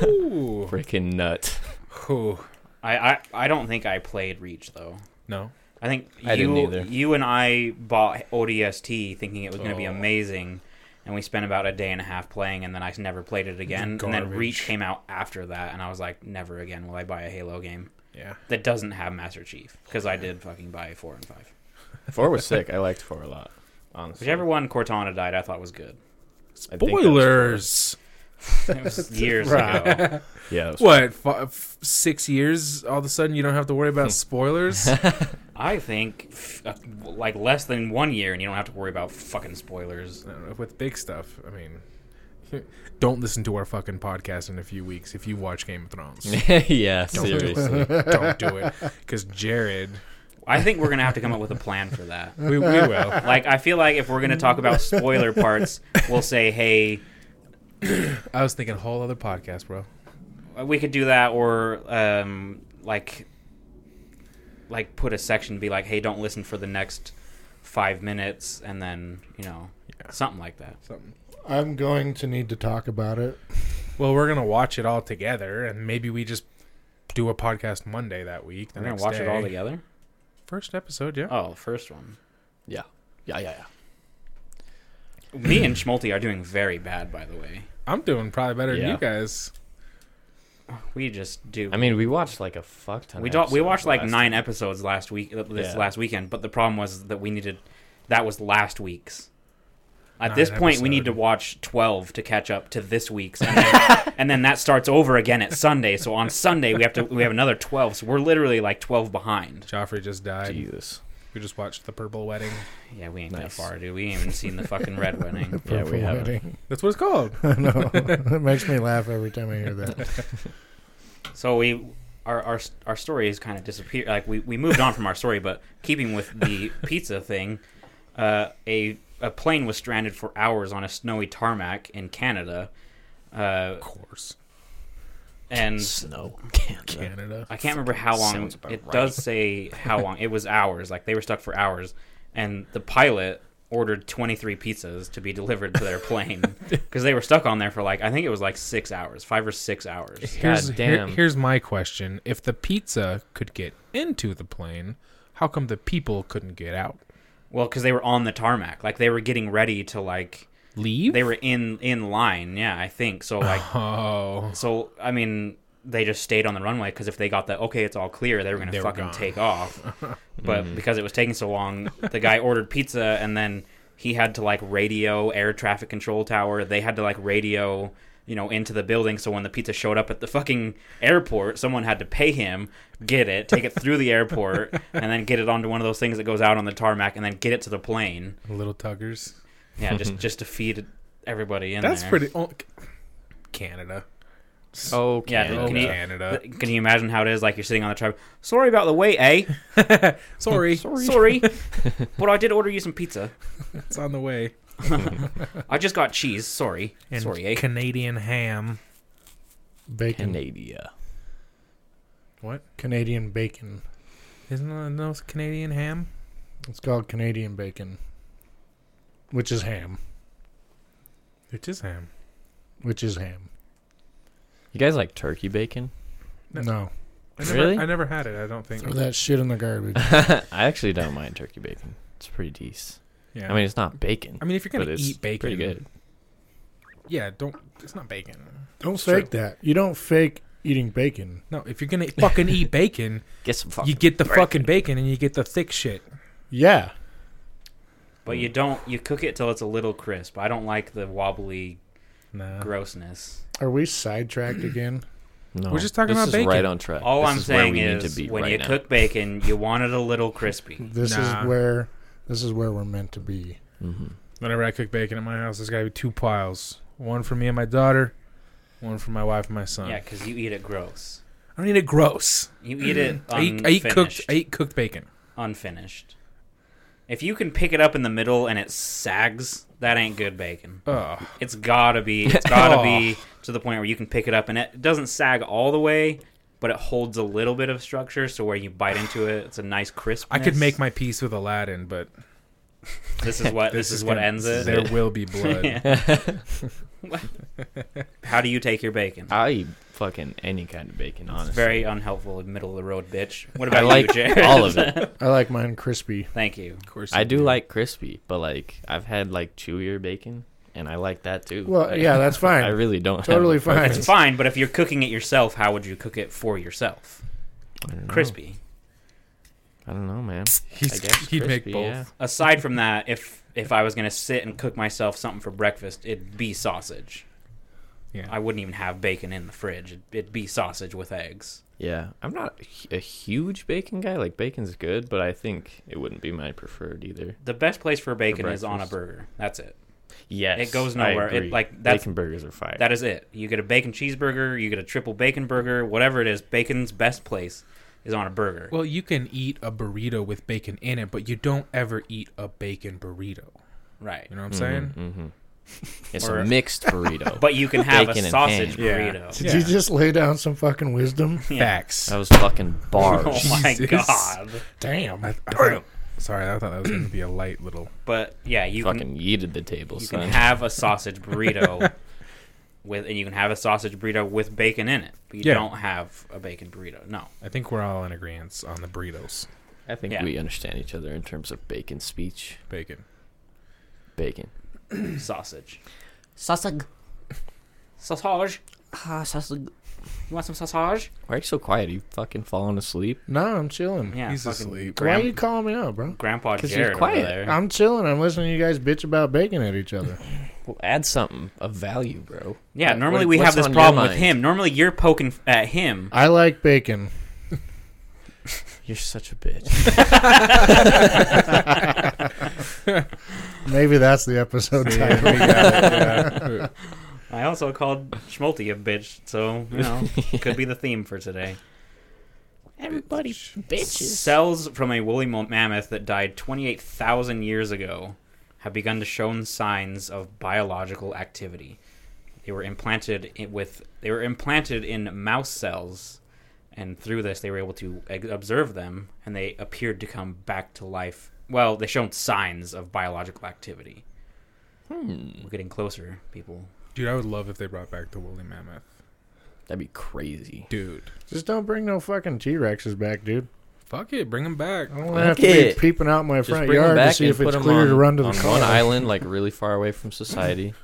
Speaker 1: Oh. Ooh.
Speaker 5: Freaking nut.
Speaker 1: Ooh.
Speaker 2: I, I I don't think I played Reach though.
Speaker 1: No.
Speaker 2: I think
Speaker 5: I didn't
Speaker 2: you
Speaker 5: either.
Speaker 2: you and I bought ODST thinking it was going to be
Speaker 1: Oh.
Speaker 2: amazing, and we spent about a day and a half playing, and then I never played it again. And then
Speaker 1: Garbage.
Speaker 2: Reach came out after that, and I was like, never again will I buy a Halo game
Speaker 1: Yeah.
Speaker 2: that doesn't have Master Chief because I did fucking buy four and five.
Speaker 5: Four was sick. I liked four a lot. Honestly,
Speaker 2: Whichever one Cortana died, I thought was good.
Speaker 5: I think that was four.
Speaker 1: Boilers.
Speaker 2: It was years
Speaker 3: Right.
Speaker 2: ago.
Speaker 5: Yeah. that was-
Speaker 1: What fi- f- six years? All of a sudden, you don't have to worry about spoilers.
Speaker 2: I think f- uh, like less than one year, and you don't have to worry about fucking spoilers.
Speaker 1: I don't know, with big stuff. I mean, don't listen to our fucking podcast in a few weeks if you watch Game of Thrones.
Speaker 5: yeah.
Speaker 1: Don't do it.
Speaker 5: Seriously.
Speaker 1: don't do it because Jared.
Speaker 2: I think we're gonna have to come up with a plan for that.
Speaker 1: We, we will.
Speaker 2: Like, I feel like if we're gonna talk about spoiler parts, we'll say, "Hey,
Speaker 1: I was thinking a whole other podcast, bro.
Speaker 2: we could do that," or um, like, like put a section to be like, "Hey, don't listen for the next five minutes," and then you know, something like that.
Speaker 1: Something.
Speaker 3: I'm going to need to talk about it.
Speaker 1: Well, we're gonna watch it all together, and maybe we just do a podcast Monday that week. The
Speaker 2: We're gonna
Speaker 1: next
Speaker 2: watch it all
Speaker 1: day.
Speaker 2: together.
Speaker 1: First episode, yeah.
Speaker 2: Oh, first one.
Speaker 5: Yeah. Yeah. Yeah. Yeah.
Speaker 2: Me and Schmalti are doing very bad, by the way.
Speaker 1: I'm doing probably better than
Speaker 5: Yeah.
Speaker 1: you guys.
Speaker 2: We just do.
Speaker 5: I mean, we watched like a fuck ton.
Speaker 2: we
Speaker 5: of
Speaker 2: don't. We
Speaker 5: episodes
Speaker 2: watched like
Speaker 5: last-
Speaker 2: nine episodes last week. uh, This
Speaker 5: Yeah.
Speaker 2: last weekend, but the problem was that we needed. That was last week's. At
Speaker 1: Nine
Speaker 2: this point, we need to
Speaker 1: episode.
Speaker 2: watch twelve to catch up to this week's, and then, and then that starts over again at Sunday. So on Sunday, we have to we have another twelve. So we're literally like twelve behind.
Speaker 1: Joffrey just died.
Speaker 5: Jesus.
Speaker 1: We just watched the Purple Wedding.
Speaker 2: Yeah, we ain't that
Speaker 5: Nice.
Speaker 2: far, dude. We ain't even seen the fucking red wedding.
Speaker 5: Yeah, we
Speaker 3: Purple
Speaker 5: haven't.
Speaker 3: Wedding.
Speaker 1: That's what it's called.
Speaker 3: I know. it makes me laugh every time I hear that.
Speaker 2: So we our our our story has kind of disappeared. Like we, we moved on from our story, but keeping with the pizza thing, uh, a a plane was stranded for hours on a snowy tarmac in Canada, uh,
Speaker 1: Of course,
Speaker 2: and
Speaker 5: Snow.
Speaker 1: Canada.
Speaker 2: I can't remember how long
Speaker 5: Sounds about
Speaker 2: it
Speaker 5: right.
Speaker 2: does say how long it was hours. Like they were stuck for hours, and the pilot ordered 23 pizzas to be delivered to their plane because they were stuck on there for like I think it was like six hours, five or six hours.
Speaker 1: Here's, here-
Speaker 5: damn.
Speaker 1: here's my question: If the pizza could get into the plane, how come the people couldn't get out?
Speaker 2: Well, because they were on the tarmac, like they were getting ready to like
Speaker 1: Leave?
Speaker 2: they were in in line yeah i think so like
Speaker 1: oh,
Speaker 2: so i mean they just stayed on the runway because if they got the okay it's all clear they were gonna
Speaker 1: They were
Speaker 2: fucking
Speaker 1: gone. Mm-hmm.
Speaker 2: take off but because it was taking so long the guy ordered pizza and then he had to like radio air traffic control tower they had to like radio you know into the building so when the pizza showed up at the fucking airport someone had to pay him get it take it through the airport and then get it onto one of those things that goes out on the tarmac and then get it to the plane
Speaker 1: little tuggers.
Speaker 2: yeah just just to feed everybody in
Speaker 1: That's
Speaker 2: there.
Speaker 1: pretty. Oh, c- Canada.
Speaker 5: Oh,
Speaker 2: Yeah,
Speaker 5: Canada.
Speaker 1: Oh,
Speaker 2: can you-
Speaker 1: Canada.
Speaker 2: Th- Can you imagine how it is? Like you're sitting on the tribe. Sorry about the wait, eh?
Speaker 1: Sorry,
Speaker 2: Sorry, but I did order you some pizza.
Speaker 1: it's on the way.
Speaker 2: I just got cheese. Sorry,
Speaker 1: And
Speaker 2: sorry, eh?
Speaker 1: Canadian ham.
Speaker 3: Bacon.
Speaker 5: Canada.
Speaker 1: What?
Speaker 3: Canadian bacon.
Speaker 1: Isn't there no Canadian ham?
Speaker 3: It's called Canadian bacon, which is ham.
Speaker 1: It is ham.
Speaker 3: Which is ham.
Speaker 5: You guys like turkey bacon?
Speaker 1: No.
Speaker 3: No.
Speaker 1: I never,
Speaker 5: Really?
Speaker 1: I never had it. I don't think.
Speaker 3: Throw that shit in the garbage.
Speaker 5: I actually don't mind turkey bacon. It's pretty decent.
Speaker 1: Yeah.
Speaker 5: I mean, it's not bacon,
Speaker 1: I mean, if you're
Speaker 5: but
Speaker 1: gonna
Speaker 5: it's
Speaker 1: eat bacon,
Speaker 5: pretty good.
Speaker 1: Yeah, don't. It's not bacon.
Speaker 3: Don't fake that. You don't fake eating bacon.
Speaker 1: No, if you're gonna fucking eat bacon,
Speaker 5: Get some fucking.
Speaker 1: you get the fucking bacon and you get the thick shit.
Speaker 3: Yeah.
Speaker 2: But you don't. You cook it till it's a little crisp. I don't like the wobbly
Speaker 5: Uh,
Speaker 1: Nah.
Speaker 2: grossness.
Speaker 3: Are we sidetracked again?
Speaker 5: no,
Speaker 1: We're just talking
Speaker 5: this
Speaker 1: about
Speaker 5: is
Speaker 1: bacon.
Speaker 5: right on track.
Speaker 2: All
Speaker 5: uh, This
Speaker 2: I'm
Speaker 5: where we
Speaker 2: saying
Speaker 5: need to
Speaker 2: is,
Speaker 5: be
Speaker 2: when
Speaker 5: right
Speaker 2: you
Speaker 5: now.
Speaker 2: cook bacon, you want it a little crispy.
Speaker 3: This
Speaker 1: Nah.
Speaker 3: is where this is where we're meant to be.
Speaker 5: Mhm.
Speaker 1: Whenever I cook bacon at my house, there's gotta be two piles. One for me and my daughter, one for my wife and my
Speaker 5: Uh.
Speaker 1: son.
Speaker 2: Yeah, because you eat it gross.
Speaker 1: I don't eat it gross.
Speaker 2: You eat it
Speaker 1: I eat,
Speaker 2: unfinished.
Speaker 1: I eat cooked. I eat cooked bacon.
Speaker 2: unfinished. If you can pick it up in the middle and it sags, that ain't good bacon.
Speaker 1: Ugh.
Speaker 2: It's gotta be. It's gotta be to the point where you can pick it up and it doesn't sag all the way, but it holds a little bit of structure. So where you bite into it, it's a nice crisp.
Speaker 1: I could make my peace with Aladdin, but
Speaker 2: This is what this, is, what
Speaker 1: gonna-
Speaker 2: ends it.
Speaker 1: There will be blood.
Speaker 2: How do you take your bacon?
Speaker 5: I eat fucking any kind of bacon, honestly.
Speaker 2: It's very unhelpful, middle of the road, bitch. What
Speaker 5: I
Speaker 2: about
Speaker 5: like
Speaker 2: you, Jared?
Speaker 5: all of it.
Speaker 3: I like mine crispy.
Speaker 2: Thank you.
Speaker 1: Of course,
Speaker 5: I
Speaker 1: you
Speaker 5: do like crispy, but like I've had like chewier bacon, and I like that too.
Speaker 3: Well,
Speaker 5: Like,
Speaker 3: yeah, that's fine.
Speaker 5: I really don't. have
Speaker 3: totally
Speaker 5: a
Speaker 3: fine.
Speaker 2: It's fine, but if you're cooking it yourself, how would you cook it for yourself?
Speaker 5: I don't know.
Speaker 2: Crispy.
Speaker 5: I don't know, man.
Speaker 1: He's,
Speaker 5: I guess
Speaker 1: he'd make
Speaker 5: crispy,
Speaker 1: both.
Speaker 5: yeah.
Speaker 2: Aside from that, if if I was gonna sit and cook myself something for breakfast, it'd be sausage.
Speaker 1: Yeah.
Speaker 2: I wouldn't even have bacon in the fridge. It'd, it'd be sausage with eggs.
Speaker 5: Yeah, I'm not a hu- a huge bacon guy. Like bacon's good, but I think it wouldn't be my preferred either.
Speaker 2: The best place for bacon is on a
Speaker 5: breakfast.
Speaker 2: burger. That's it.
Speaker 5: Yes,
Speaker 2: It goes
Speaker 5: I
Speaker 2: nowhere. It,
Speaker 5: agree.
Speaker 2: like, that's-
Speaker 5: bacon burgers are fire.
Speaker 2: That is it. You get a bacon cheeseburger, you get a triple bacon burger, whatever it is. Bacon's best place is on a burger.
Speaker 1: Well, you can eat a burrito with bacon in it, but you don't ever eat a bacon burrito.
Speaker 2: right.
Speaker 1: You know what I'm saying?
Speaker 5: hmm It's
Speaker 2: Or-
Speaker 5: a mixed burrito.
Speaker 2: But you can have
Speaker 5: Bacon
Speaker 2: a
Speaker 5: and
Speaker 2: sausage
Speaker 5: ham.
Speaker 1: Yeah.
Speaker 2: burrito.
Speaker 3: Did
Speaker 1: Yeah.
Speaker 3: you just lay down some fucking wisdom?
Speaker 2: Yeah.
Speaker 1: Facts.
Speaker 5: that was fucking bars.
Speaker 2: Oh my
Speaker 1: Jesus.
Speaker 2: god.
Speaker 3: Damn.
Speaker 1: I, I thought, sorry, I thought that was going to be a light little.
Speaker 2: But yeah, you can
Speaker 5: fucking yeeted the table,
Speaker 2: you
Speaker 5: son.
Speaker 2: can have a sausage burrito with and you can have a sausage burrito with bacon in it. But you
Speaker 1: Yeah.
Speaker 2: don't have a bacon burrito. No.
Speaker 1: I think we're all in agreement on the burritos.
Speaker 5: I think
Speaker 2: yeah.
Speaker 5: we understand each other in terms of bacon speech.
Speaker 1: Bacon.
Speaker 5: Bacon.
Speaker 2: Sausage.
Speaker 5: Sausage.
Speaker 2: Sausage.
Speaker 5: Ah, sausage.
Speaker 2: You want some sausage?
Speaker 5: Why are you so quiet? Are you fucking falling asleep?
Speaker 3: No, I'm chilling.
Speaker 2: Yeah.
Speaker 1: He's
Speaker 2: fucking
Speaker 1: asleep.
Speaker 3: Why
Speaker 2: Graham-
Speaker 3: are you calling me up, bro?
Speaker 2: Grandpa
Speaker 5: 'Cause
Speaker 2: Jared
Speaker 5: you're quiet.
Speaker 2: over there.
Speaker 3: I'm chilling. I'm listening to you guys bitch about bacon at each other.
Speaker 5: Well, add something of value, bro.
Speaker 2: yeah,
Speaker 5: What-
Speaker 2: normally
Speaker 5: what-
Speaker 2: we
Speaker 5: what's
Speaker 2: have this
Speaker 5: on your
Speaker 2: problem with
Speaker 5: mind?
Speaker 2: him. Normally you're poking f- at him.
Speaker 3: I like bacon.
Speaker 5: You're such a bitch.
Speaker 3: Maybe that's the episode
Speaker 1: See, we
Speaker 3: title.
Speaker 1: got it, yeah.
Speaker 2: I also called Schmalti a bitch, so you know could be the theme for today.
Speaker 5: Everybody bitches.
Speaker 2: Cells from a woolly mo- mammoth that died 28,000 years ago have begun to show signs of biological activity. They were implanted i- with they were implanted in mouse cells, and through this they were able to ex- observe them, and they appeared to come back to life. Well, they showed signs of biological activity.
Speaker 1: Hmm.
Speaker 2: We're getting closer, people.
Speaker 1: Dude, I would love if they brought back the woolly mammoth.
Speaker 5: That'd be crazy.
Speaker 1: Dude,
Speaker 3: Just don't bring no fucking T Rexes back, dude.
Speaker 1: fuck it, bring him back.
Speaker 3: I don't
Speaker 5: Fuck
Speaker 3: want to have to be
Speaker 5: it.
Speaker 3: peeping out my
Speaker 5: Just
Speaker 3: front
Speaker 5: bring 'em
Speaker 3: yard to
Speaker 5: back
Speaker 3: see
Speaker 5: and
Speaker 3: if
Speaker 5: put
Speaker 3: it's
Speaker 5: 'em
Speaker 3: clear
Speaker 5: on,
Speaker 3: to run to the
Speaker 5: on
Speaker 3: car.
Speaker 5: one island, like really far away from society,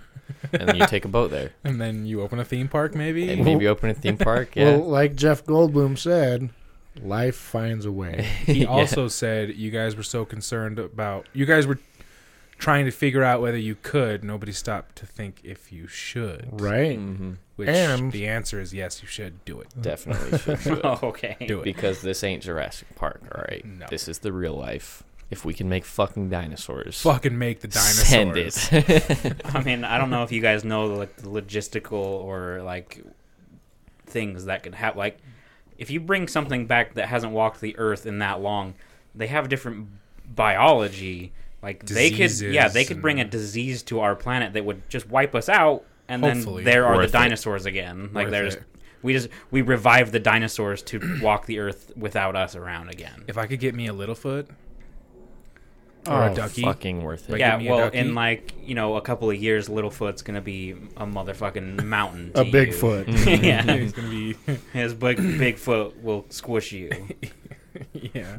Speaker 5: and then you take a boat there,
Speaker 1: And then you open a theme park, maybe.
Speaker 5: and maybe open a theme park. Yeah.
Speaker 3: Well, like Jeff Goldblum said, life finds a way.
Speaker 1: He
Speaker 5: Yeah.
Speaker 1: also said you guys were so concerned about you guys were trying to figure out whether you could. Nobody stopped to think if you should.
Speaker 3: right?
Speaker 5: Mhm.
Speaker 1: Which
Speaker 3: And-
Speaker 1: the answer is yes, you should do it.
Speaker 5: definitely should do it.
Speaker 2: okay.
Speaker 1: Do it.
Speaker 5: because this ain't Jurassic Park, all right?
Speaker 1: No.
Speaker 5: This is the real life. If we can make fucking dinosaurs,
Speaker 1: Fucking make the dinosaurs.
Speaker 5: send it.
Speaker 2: I mean, I don't know if you guys know the, like the logistical or like things that could happen. Like, if you bring something back that hasn't walked the earth in that long, they have different biology. Like they could, yeah, they
Speaker 1: Diseases
Speaker 2: could bring a
Speaker 1: and-
Speaker 2: disease to our planet that would just wipe us out, and
Speaker 1: Hopefully.
Speaker 2: then there are
Speaker 5: Worth it.
Speaker 2: the dinosaurs again. Like
Speaker 1: Worth
Speaker 2: there's,
Speaker 1: it.
Speaker 2: we just we revive the dinosaurs to walk the earth without us around again.
Speaker 1: If I could get me a Littlefoot or
Speaker 5: oh,
Speaker 1: a ducky,
Speaker 5: fucking worth it.
Speaker 1: Like-
Speaker 2: yeah,
Speaker 1: give me a
Speaker 2: well,
Speaker 1: ducky.
Speaker 2: in like you know a couple of years, Littlefoot's gonna be a motherfucking mountain.
Speaker 3: A
Speaker 2: to you. Mm,
Speaker 3: Bigfoot.
Speaker 2: yeah,
Speaker 1: he's gonna be
Speaker 2: his big Bigfoot will squish you
Speaker 1: yeah.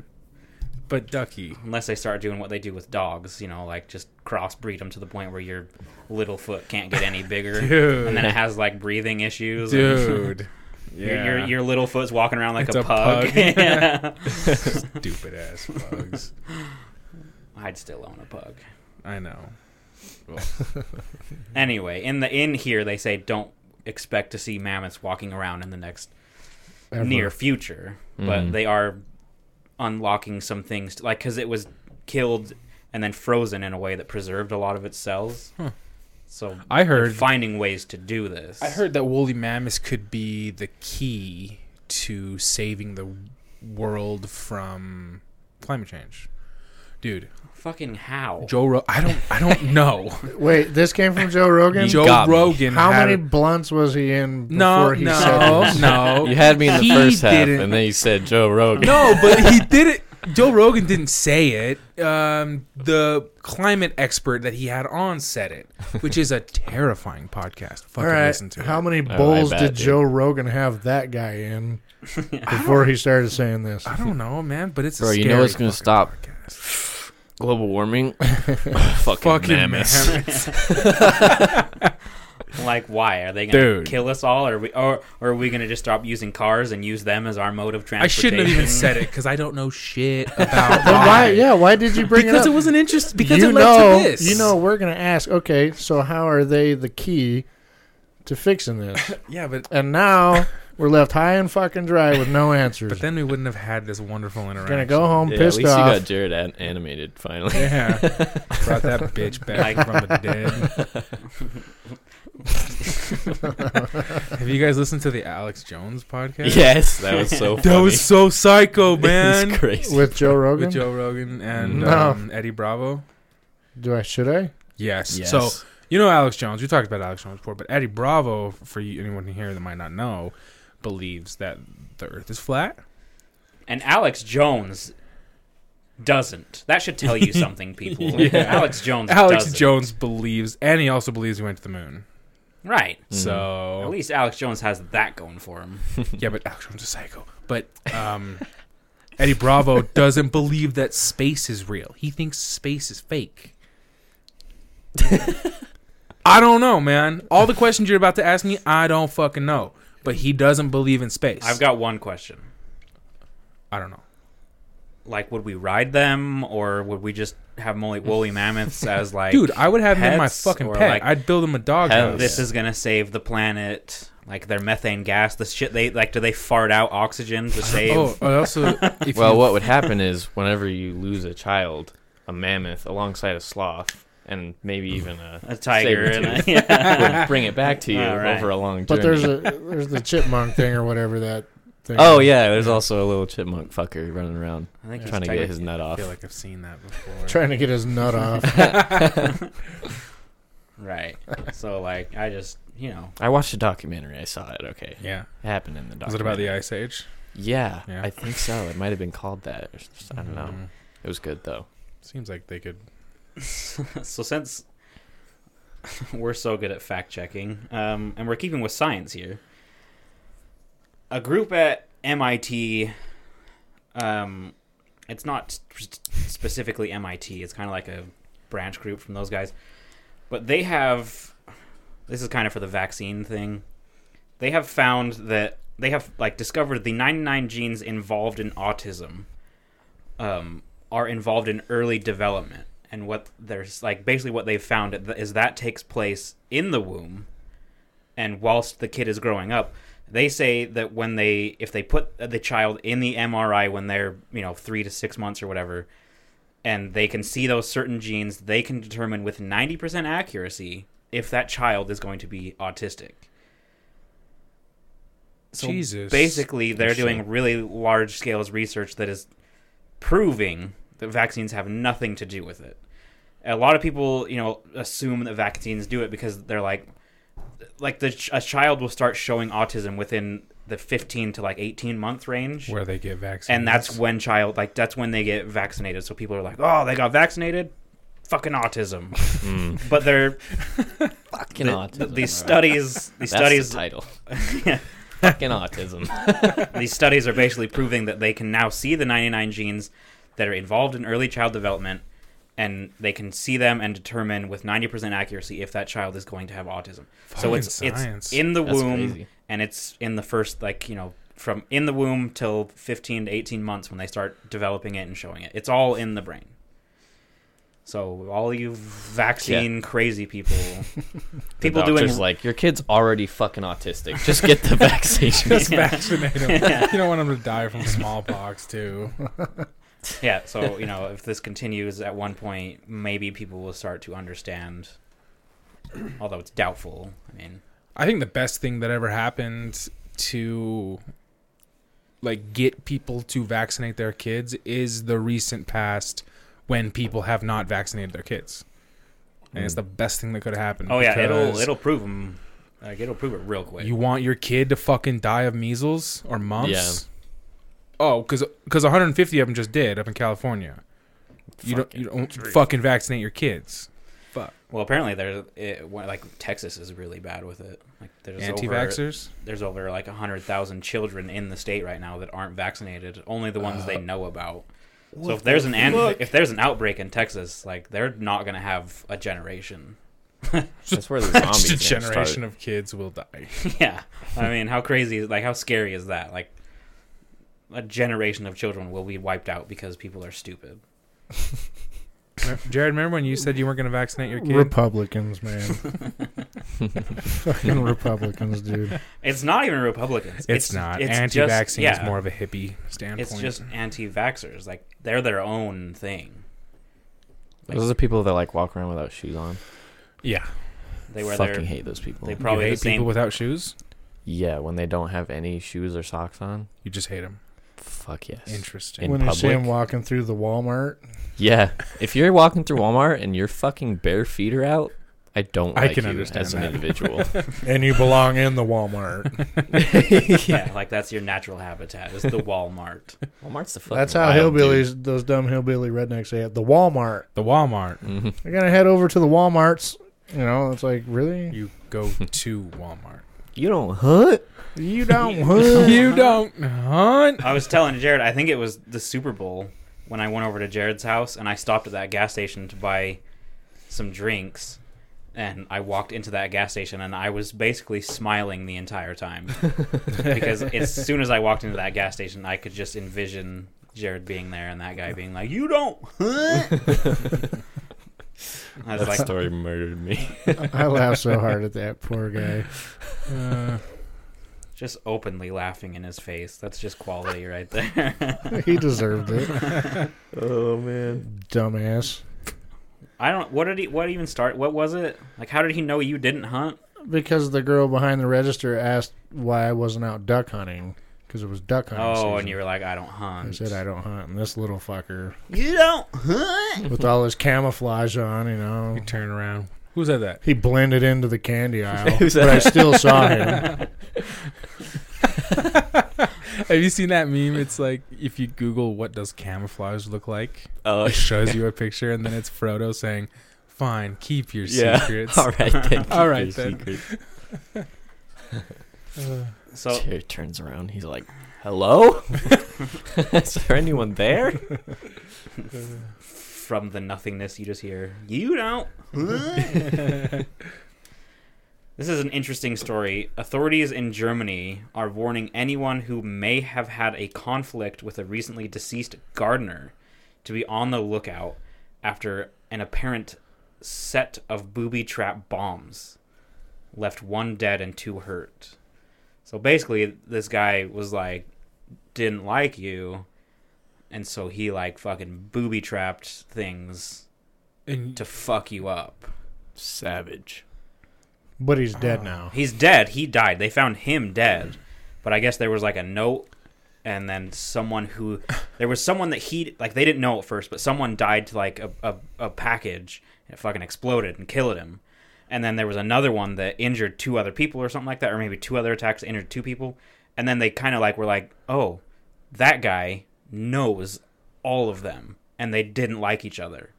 Speaker 1: But ducky,
Speaker 2: unless they start doing what they do with dogs. You know, like just crossbreed them to the point where your little foot can't get any bigger,
Speaker 1: Dude.
Speaker 2: and then it has like breathing issues.
Speaker 1: dude.
Speaker 2: Your, your, your little foot's walking around like
Speaker 1: It's
Speaker 2: a,
Speaker 1: a
Speaker 2: pug.
Speaker 1: pug.
Speaker 2: Yeah.
Speaker 1: stupid ass bugs.
Speaker 2: I'd still own a pug.
Speaker 1: I know.
Speaker 2: Anyway, in the in here they say don't expect to see mammoths walking around in the next
Speaker 3: Ever.
Speaker 2: near future, but
Speaker 5: Mhm.
Speaker 2: they are unlocking some things, like because it was killed and then frozen in a way that preserved a lot of its cells. So
Speaker 1: I
Speaker 2: they're
Speaker 1: heard
Speaker 2: finding ways to do this.
Speaker 1: I heard that woolly mammoths could be the key to saving the world from climate change. Dude,
Speaker 2: fucking how.
Speaker 1: Joe Ro- I don't I don't know.
Speaker 3: Wait, this came from Joe Rogan?
Speaker 1: Joe
Speaker 5: got me.
Speaker 1: Rogan
Speaker 3: How
Speaker 1: had
Speaker 3: many
Speaker 1: a-
Speaker 3: blunts was he in before
Speaker 1: No,
Speaker 3: he
Speaker 1: no,
Speaker 3: said this?
Speaker 1: no.
Speaker 5: You had me in the
Speaker 1: He
Speaker 5: first half,
Speaker 1: didn't-
Speaker 5: and then you said Joe Rogan.
Speaker 1: No, but he did it. Joe Rogan didn't say it. Um, the climate expert that he had on said it, which is a terrifying podcast. Fucking
Speaker 3: All right.
Speaker 1: listen to
Speaker 3: How
Speaker 1: it.
Speaker 3: many
Speaker 5: I
Speaker 3: bowls
Speaker 5: bet,
Speaker 3: did
Speaker 5: dude.
Speaker 3: Joe Rogan have that guy in before he started saying this?
Speaker 1: I don't know, man, but it's a
Speaker 5: Bro, you
Speaker 1: scary
Speaker 5: know it's gonna
Speaker 1: fucking
Speaker 5: stop.
Speaker 1: podcast.
Speaker 5: Global warming. fucking,
Speaker 1: Fucking
Speaker 5: mammoths.
Speaker 1: mammoths.
Speaker 2: Like, why are they gonna
Speaker 1: Dude.
Speaker 2: kill us all, or we, or, or are we gonna just stop using cars and use them as our mode of
Speaker 1: I
Speaker 2: transportation?
Speaker 1: shouldn't have even said it because I don't know shit about
Speaker 3: But why? Yeah, why did you bring
Speaker 1: because
Speaker 3: it
Speaker 1: it
Speaker 3: up?
Speaker 1: was an interest. Because
Speaker 3: you
Speaker 1: it led
Speaker 3: know,
Speaker 1: to this.
Speaker 3: you know, we're gonna ask. Okay, so how are they the key to fixing this.
Speaker 1: Yeah, but
Speaker 3: And now we're left high and fucking dry with no answers.
Speaker 1: but then we wouldn't have had this wonderful
Speaker 3: We're
Speaker 1: interaction.
Speaker 3: gonna go home
Speaker 5: Yeah, at
Speaker 3: pissed
Speaker 5: least you
Speaker 3: off.
Speaker 5: got Jared an- animated finally.
Speaker 1: Yeah, brought that bitch back from the dead. have you guys listened to the Alex Jones podcast?
Speaker 5: yes, that was so.
Speaker 1: that was so psycho, man.
Speaker 5: It's crazy.
Speaker 3: with Joe Rogan.
Speaker 1: With Joe Rogan and
Speaker 3: No.
Speaker 1: um, Eddie Bravo.
Speaker 3: Do I? Should I?
Speaker 1: Yes. So you know Alex Jones. We talked about Alex Jones before, but Eddie Bravo, for you, anyone here that might not know, believes that the Earth is flat.
Speaker 2: And Alex Jones doesn't. That should tell you something, people.
Speaker 1: Yeah.
Speaker 2: Alex Jones
Speaker 1: Alex
Speaker 2: doesn't.
Speaker 1: Jones believes, and he also believes we went to the moon.
Speaker 2: Right.
Speaker 1: Mm.
Speaker 2: At
Speaker 1: So
Speaker 2: least Alex Jones has that going for him.
Speaker 1: yeah, but Alex Jones is a psycho. But um, Eddie Bravo doesn't believe that space is real. He thinks space is fake. I don't know, man. All the questions you're about to ask me, I don't fucking know. But he doesn't believe in space.
Speaker 2: I've got one question.
Speaker 1: I don't know.
Speaker 2: Like, would we ride them, or would we just have moly- woolly mammoths as like,
Speaker 1: Dude, I would have him in my
Speaker 2: pets
Speaker 1: fucking
Speaker 2: or,
Speaker 1: pet.
Speaker 2: like,
Speaker 1: I'd build him a dog
Speaker 5: have
Speaker 1: house.
Speaker 2: this is gonna save the planet? Like their methane gas, the shit they like. Do they fart out oxygen to save?
Speaker 1: Oh, I also, if
Speaker 5: well,
Speaker 1: you,
Speaker 5: what would happen is whenever you lose a child, a mammoth alongside a sloth, and maybe even a
Speaker 2: A tiger and a, yeah.
Speaker 5: would bring it back to you
Speaker 2: All right.
Speaker 5: over a long journey.
Speaker 3: But there's a there's the chipmunk thing or whatever that. thing
Speaker 5: oh
Speaker 3: is.
Speaker 5: yeah, there's also a little chipmunk fucker running around
Speaker 2: I think he's
Speaker 5: trying to
Speaker 2: tiger.
Speaker 5: get his nut
Speaker 1: I
Speaker 5: off.
Speaker 1: feel like I've seen that before.
Speaker 3: Trying to get his nut off.
Speaker 2: right. So like, I just you know,
Speaker 5: I watched a documentary. I saw it. Okay,
Speaker 1: yeah.
Speaker 5: it happened in the documentary.
Speaker 1: Was it about the Ice Age?
Speaker 5: Yeah,
Speaker 1: Yeah.
Speaker 5: I think so. It might have been called that. Or, s- I don't know.
Speaker 1: Mm,
Speaker 5: It was good though.
Speaker 1: Seems like they could.
Speaker 2: so since we're so good at fact checking, um, and we're keeping with science here, a group at MIT, um, it's not sp- specifically MIT. It's kind of like a branch group from those guys, but they have. This is kind of for the vaccine thing. They have found that they have like discovered the 99 genes involved in autism um, are involved in early development and what there's like basically what they've found is that takes place in the womb and whilst the kid is growing up they say that when they if they put the child in the mri when they're you know three to six months or whatever and they can see those certain genes they can determine with 90% accuracy if that child is going to be autistic so
Speaker 1: Jesus.
Speaker 2: basically they're doing
Speaker 5: Interesting.
Speaker 2: really large scale research that is proving that vaccines have nothing to do with it. A lot of people, you know, assume that vaccines do it because they're like, like the ch- a child will start showing autism within the 15 to like 18 month range,
Speaker 1: Where they get vaccinated.
Speaker 2: and that's when child like that's when they get vaccinated. So people are like, oh, they got vaccinated, fucking autism.
Speaker 5: Mm.
Speaker 2: But they're
Speaker 5: Fucking
Speaker 2: th-
Speaker 5: autism.
Speaker 2: these studies, these
Speaker 5: That's
Speaker 2: studies,
Speaker 5: the title.
Speaker 2: Yeah.
Speaker 5: Fucking autism.
Speaker 2: these studies are basically proving that they can now see the 99 genes that are involved in early child development and they can see them and determine with 90% accuracy if that child is going to have autism. so
Speaker 1: Fucking
Speaker 2: it's
Speaker 1: science.
Speaker 2: it's in the
Speaker 5: That's
Speaker 2: womb
Speaker 5: crazy.
Speaker 2: and it's in the first like, you know, from in the womb till 15 to 18 months when they start developing it and showing it. It's all in the brain. So all you vaccine crazy people
Speaker 5: The
Speaker 2: people
Speaker 5: doctor's
Speaker 2: doing
Speaker 5: like your kid's already fucking autistic. Just get the vaccine.
Speaker 1: Just vaccinate them. you don't want them to die from smallpox, too.
Speaker 2: Yeah, so you know, if this continues at one point, maybe people will start to understand. Although it's doubtful. I mean,
Speaker 1: I think the best thing that ever happened to like get people to vaccinate their kids is the recent past when people have not vaccinated their kids. And it's the best thing that could have happened.
Speaker 2: Mm. oh yeah, it'll
Speaker 1: because
Speaker 2: it'll prove 'em- Like it'll prove it real quick.
Speaker 1: You want your kid to fucking die of measles or mumps? Oh, because 150 of them just did up in California. You don't you don't fucking vaccinate your kids.
Speaker 2: well, apparently there, it, well, like Texas is really bad with it. Like there's over
Speaker 1: Anti-vaxxers.
Speaker 2: there's over like hundred thousand children in the state right now that aren't vaccinated. Only the ones
Speaker 1: Uh,
Speaker 2: they know about. So if there's an, an if there's an outbreak in Texas, like they're not gonna have a generation.
Speaker 5: That's where the
Speaker 1: Just
Speaker 5: zombies
Speaker 1: a
Speaker 5: gonna start.
Speaker 1: generation of kids will die.
Speaker 2: Yeah, I mean, how crazy is like how scary is that? Like, a generation of children will be wiped out because people are stupid.
Speaker 1: Jared, remember when you said you weren't going to vaccinate your kid?
Speaker 3: Republicans, man. Fucking Republicans, dude.
Speaker 2: It's not even Republicans.
Speaker 1: It's, not.
Speaker 2: it's just-
Speaker 1: Anti-vaccine is
Speaker 2: yeah,
Speaker 1: more of a hippie standpoint.
Speaker 2: It's just anti-vaxxers. Like they're their own thing. Like,
Speaker 5: Those are the people that like walk around without shoes on.
Speaker 1: yeah.
Speaker 2: they wear
Speaker 5: Fucking
Speaker 2: their.
Speaker 5: hate those people.
Speaker 2: They
Speaker 1: Probably
Speaker 2: probably
Speaker 1: you
Speaker 2: the
Speaker 1: hate
Speaker 2: same.
Speaker 1: people without shoes.
Speaker 5: yeah, when they don't have any shoes or socks on.
Speaker 1: You just hate them.
Speaker 5: Fuck yes.
Speaker 1: Interesting.
Speaker 5: In
Speaker 3: when you see
Speaker 5: public?
Speaker 3: him walking through the Walmart,
Speaker 5: Yeah, if you're walking through Walmart and your fucking bare feet are out, I don't.
Speaker 1: I
Speaker 5: Like
Speaker 1: can
Speaker 5: you
Speaker 1: understand
Speaker 5: as an
Speaker 1: that.
Speaker 5: individual.
Speaker 3: and you belong in the Walmart.
Speaker 2: yeah, like that's your natural habitat. Is the Walmart.
Speaker 5: Walmart's the fucking.
Speaker 3: That's how
Speaker 5: wild,
Speaker 3: hillbillies, those dumb hillbilly rednecks, say it. The Walmart.
Speaker 1: the Walmart.
Speaker 5: dude. Mhm.
Speaker 3: They're gonna head over to the WalMarts. You know, it's like really,
Speaker 1: You go to Walmart.
Speaker 5: You don't hunt.
Speaker 3: you don't hood.
Speaker 1: you don't hunt.
Speaker 2: I was telling Jared, I think it was the Super Bowl when I went over to Jared's house and I stopped at that gas station to buy some drinks. And I walked into that gas station and I was basically smiling the entire time. because as soon as I walked into that gas station, I could just envision Jared being there and that guy being like, You don't. Huh? I was
Speaker 5: That
Speaker 2: like,
Speaker 5: story murdered me.
Speaker 3: I laugh so hard at that poor guy.
Speaker 1: Uh,
Speaker 2: just openly laughing in his face. That's just quality right there.
Speaker 3: He deserved it,
Speaker 5: oh man.
Speaker 3: dumbass.
Speaker 2: I don't. What did he? What even start? What was it? Like, how did he know you didn't hunt?
Speaker 3: Because the girl behind the register asked why I wasn't out duck hunting because it was duck hunting.
Speaker 2: Oh,
Speaker 3: season.
Speaker 2: and you were like, I don't
Speaker 3: I
Speaker 2: hunt.
Speaker 3: said I don't hunt, and this little fucker
Speaker 2: You don't hunt.
Speaker 3: with all his camouflage on, you know,
Speaker 1: you turn around. Who's at that?
Speaker 3: he blended into the candy aisle, but I still saw him.
Speaker 1: Have you seen that meme? It's like if you Google what does camouflage look like,
Speaker 5: Oh
Speaker 1: it shows you a picture, and then it's Frodo saying, "Fine, keep your
Speaker 5: yeah.
Speaker 1: secrets."
Speaker 5: All right then. keep
Speaker 1: All
Speaker 5: your
Speaker 1: right, then.
Speaker 5: secret.
Speaker 2: So
Speaker 5: Jared turns around. He's like, "Hello? Is there anyone there?"
Speaker 2: from the nothingness, you just hear, "You don't hunt." this is an interesting story. Authorities in Germany are warning anyone who may have had a conflict with a recently deceased gardener to be on the lookout after an apparent set of booby trap bombs left one dead and two hurt. So basically, this guy was like, didn't like you, and so he like fucking booby trapped things
Speaker 1: And
Speaker 2: to fuck you up.
Speaker 5: Savage.
Speaker 3: But he's dead now.
Speaker 2: He's dead. He died. They found him dead, but I guess there was like a note, and then someone who there was someone that he like they didn't know at first, but someone died to like a a, a package. And it fucking exploded and killed him. And then there was another one that injured two other people or something like that, or maybe two other attacks that injured two people. And then they kind of like were like, oh, that guy knows all of them, and they didn't like each other,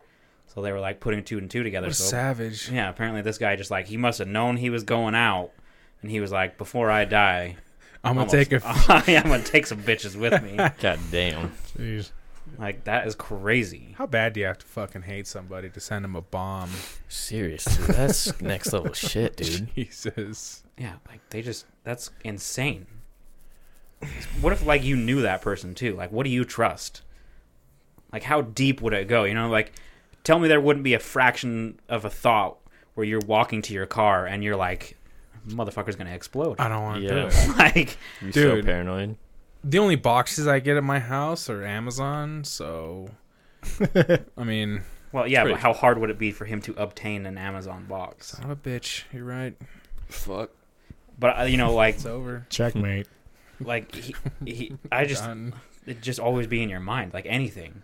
Speaker 2: so they were like putting two and two together.
Speaker 1: what a
Speaker 2: so
Speaker 1: savage.
Speaker 2: yeah, apparently this guy just like he must have known he was going out, and he was like, "Before I die,
Speaker 1: I'm gonna
Speaker 2: almost-
Speaker 1: take a.
Speaker 2: I'm gonna take some bitches with me."
Speaker 5: God damn.
Speaker 3: Jeez.
Speaker 2: Like that is crazy.
Speaker 1: How bad do you have to fucking hate somebody to send them a bomb?
Speaker 5: Seriously, that's next level shit, dude.
Speaker 1: Jesus.
Speaker 2: Yeah, like they just that's insane. What if like you knew that person too? Like, what do you trust? Like, how deep would it go? You know, like, tell me there wouldn't be a fraction of a thought where you're walking to your car and you're like, "Motherfucker's gonna explode."
Speaker 1: I don't want to do
Speaker 5: Yeah.
Speaker 1: it.
Speaker 2: like,
Speaker 5: You're so
Speaker 1: Dude.
Speaker 5: paranoid.
Speaker 1: the only boxes I get at my house are Amazon, so I mean,
Speaker 2: well, yeah, but
Speaker 5: Pretty-
Speaker 2: how hard would it be for him to obtain an Amazon box?
Speaker 1: son of a bitch, you're right.
Speaker 5: Fuck.
Speaker 2: but uh, you know like
Speaker 1: It's over.
Speaker 3: Checkmate.
Speaker 2: like he, he i just
Speaker 1: Done.
Speaker 2: it just always be in your mind like anything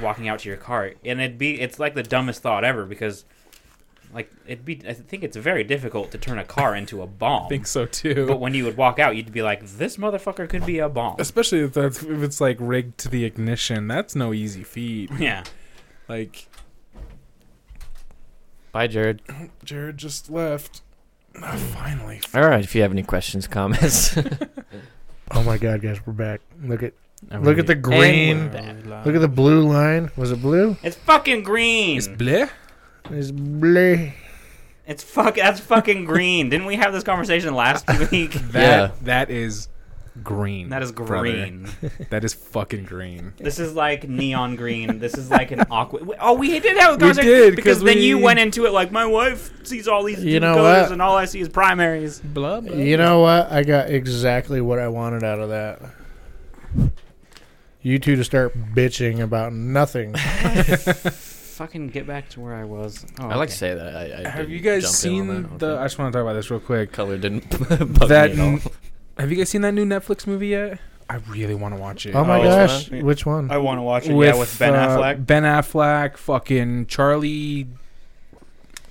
Speaker 2: walking out to your car and it'd be it's like the dumbest thought ever because like it'd be i think it's very difficult to turn a car into a bomb
Speaker 1: I think so
Speaker 2: but
Speaker 1: too.
Speaker 2: when you would walk out you'd be like this motherfucker could be a bomb
Speaker 1: Especially if that's if it's like rigged to the ignition, that's no easy feat.
Speaker 2: yeah
Speaker 1: Like
Speaker 5: Bye, Jared.
Speaker 1: Jared just left. Ah, finally,
Speaker 5: All right. If you have any questions, comments,
Speaker 3: Oh my god, guys, we're back. Look at look at the green. Look at the blue line. Was it blue?
Speaker 2: it's fucking green
Speaker 1: It's
Speaker 2: it's,
Speaker 1: bleh.
Speaker 3: It's blue.
Speaker 2: fuck that's fucking green didn't we have this conversation last week
Speaker 1: That
Speaker 5: Yeah.
Speaker 1: that is green.
Speaker 2: That is
Speaker 1: brother.
Speaker 2: green.
Speaker 1: That is fucking green.
Speaker 2: This is like neon green. This is like an aqua. Oh, we did have a
Speaker 1: We
Speaker 2: conversation
Speaker 1: did,
Speaker 2: because
Speaker 1: 'cause
Speaker 2: then you
Speaker 1: we-
Speaker 2: went into it like my wife sees all these
Speaker 3: You
Speaker 2: different
Speaker 3: know
Speaker 2: colors
Speaker 3: what?
Speaker 2: and all I see is primaries.
Speaker 1: Blah blah.
Speaker 3: You know what? I got exactly what I wanted out of that. You two to start bitching about nothing.
Speaker 2: Fucking get back to where I was. Oh,
Speaker 4: I like
Speaker 2: okay.
Speaker 4: to say that. I, I
Speaker 1: Have
Speaker 4: didn't
Speaker 1: you guys
Speaker 4: jump
Speaker 1: seen
Speaker 4: in on that.
Speaker 1: the?
Speaker 4: Okay.
Speaker 1: I just want to talk about this real quick.
Speaker 4: color didn't bug
Speaker 1: That
Speaker 4: me at all.
Speaker 1: n- have you guys seen that new Netflix movie yet? I really want to watch it.
Speaker 3: Oh my
Speaker 2: Oh,
Speaker 3: gosh,
Speaker 2: which one?
Speaker 3: which one?
Speaker 2: I want to watch it. yeah, with Ben
Speaker 1: uh,
Speaker 2: Affleck.
Speaker 1: Ben Affleck, fucking Charlie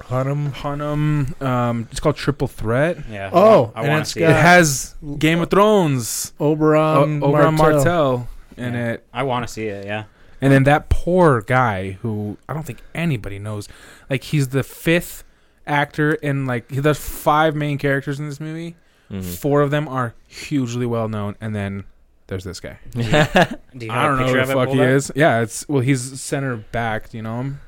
Speaker 3: Hunnam.
Speaker 1: Hunnam. Um, it's called Triple Threat.
Speaker 2: Yeah.
Speaker 3: Oh,
Speaker 2: I
Speaker 3: and
Speaker 2: want to
Speaker 3: it's
Speaker 2: see
Speaker 1: It
Speaker 3: got-
Speaker 2: it.
Speaker 1: has Game of Thrones
Speaker 3: Oberon.
Speaker 1: o- over on Um,
Speaker 3: Martell.
Speaker 1: Martell in
Speaker 2: Yeah.
Speaker 1: it,
Speaker 2: I want to see it. Yeah.
Speaker 1: and then that poor guy who I don't think anybody knows. Like he's the fifth actor, and like he- there's five main characters in this movie.
Speaker 5: Mm-hmm.
Speaker 4: Mhm.
Speaker 1: Four of them are hugely well known, and then there's this guy.
Speaker 2: Do you
Speaker 1: I
Speaker 2: have a
Speaker 1: don't know
Speaker 2: picture
Speaker 1: who the
Speaker 2: of it
Speaker 1: fuck he
Speaker 2: pulled up?
Speaker 1: is. Yeah, it's well, he's center back. You know him.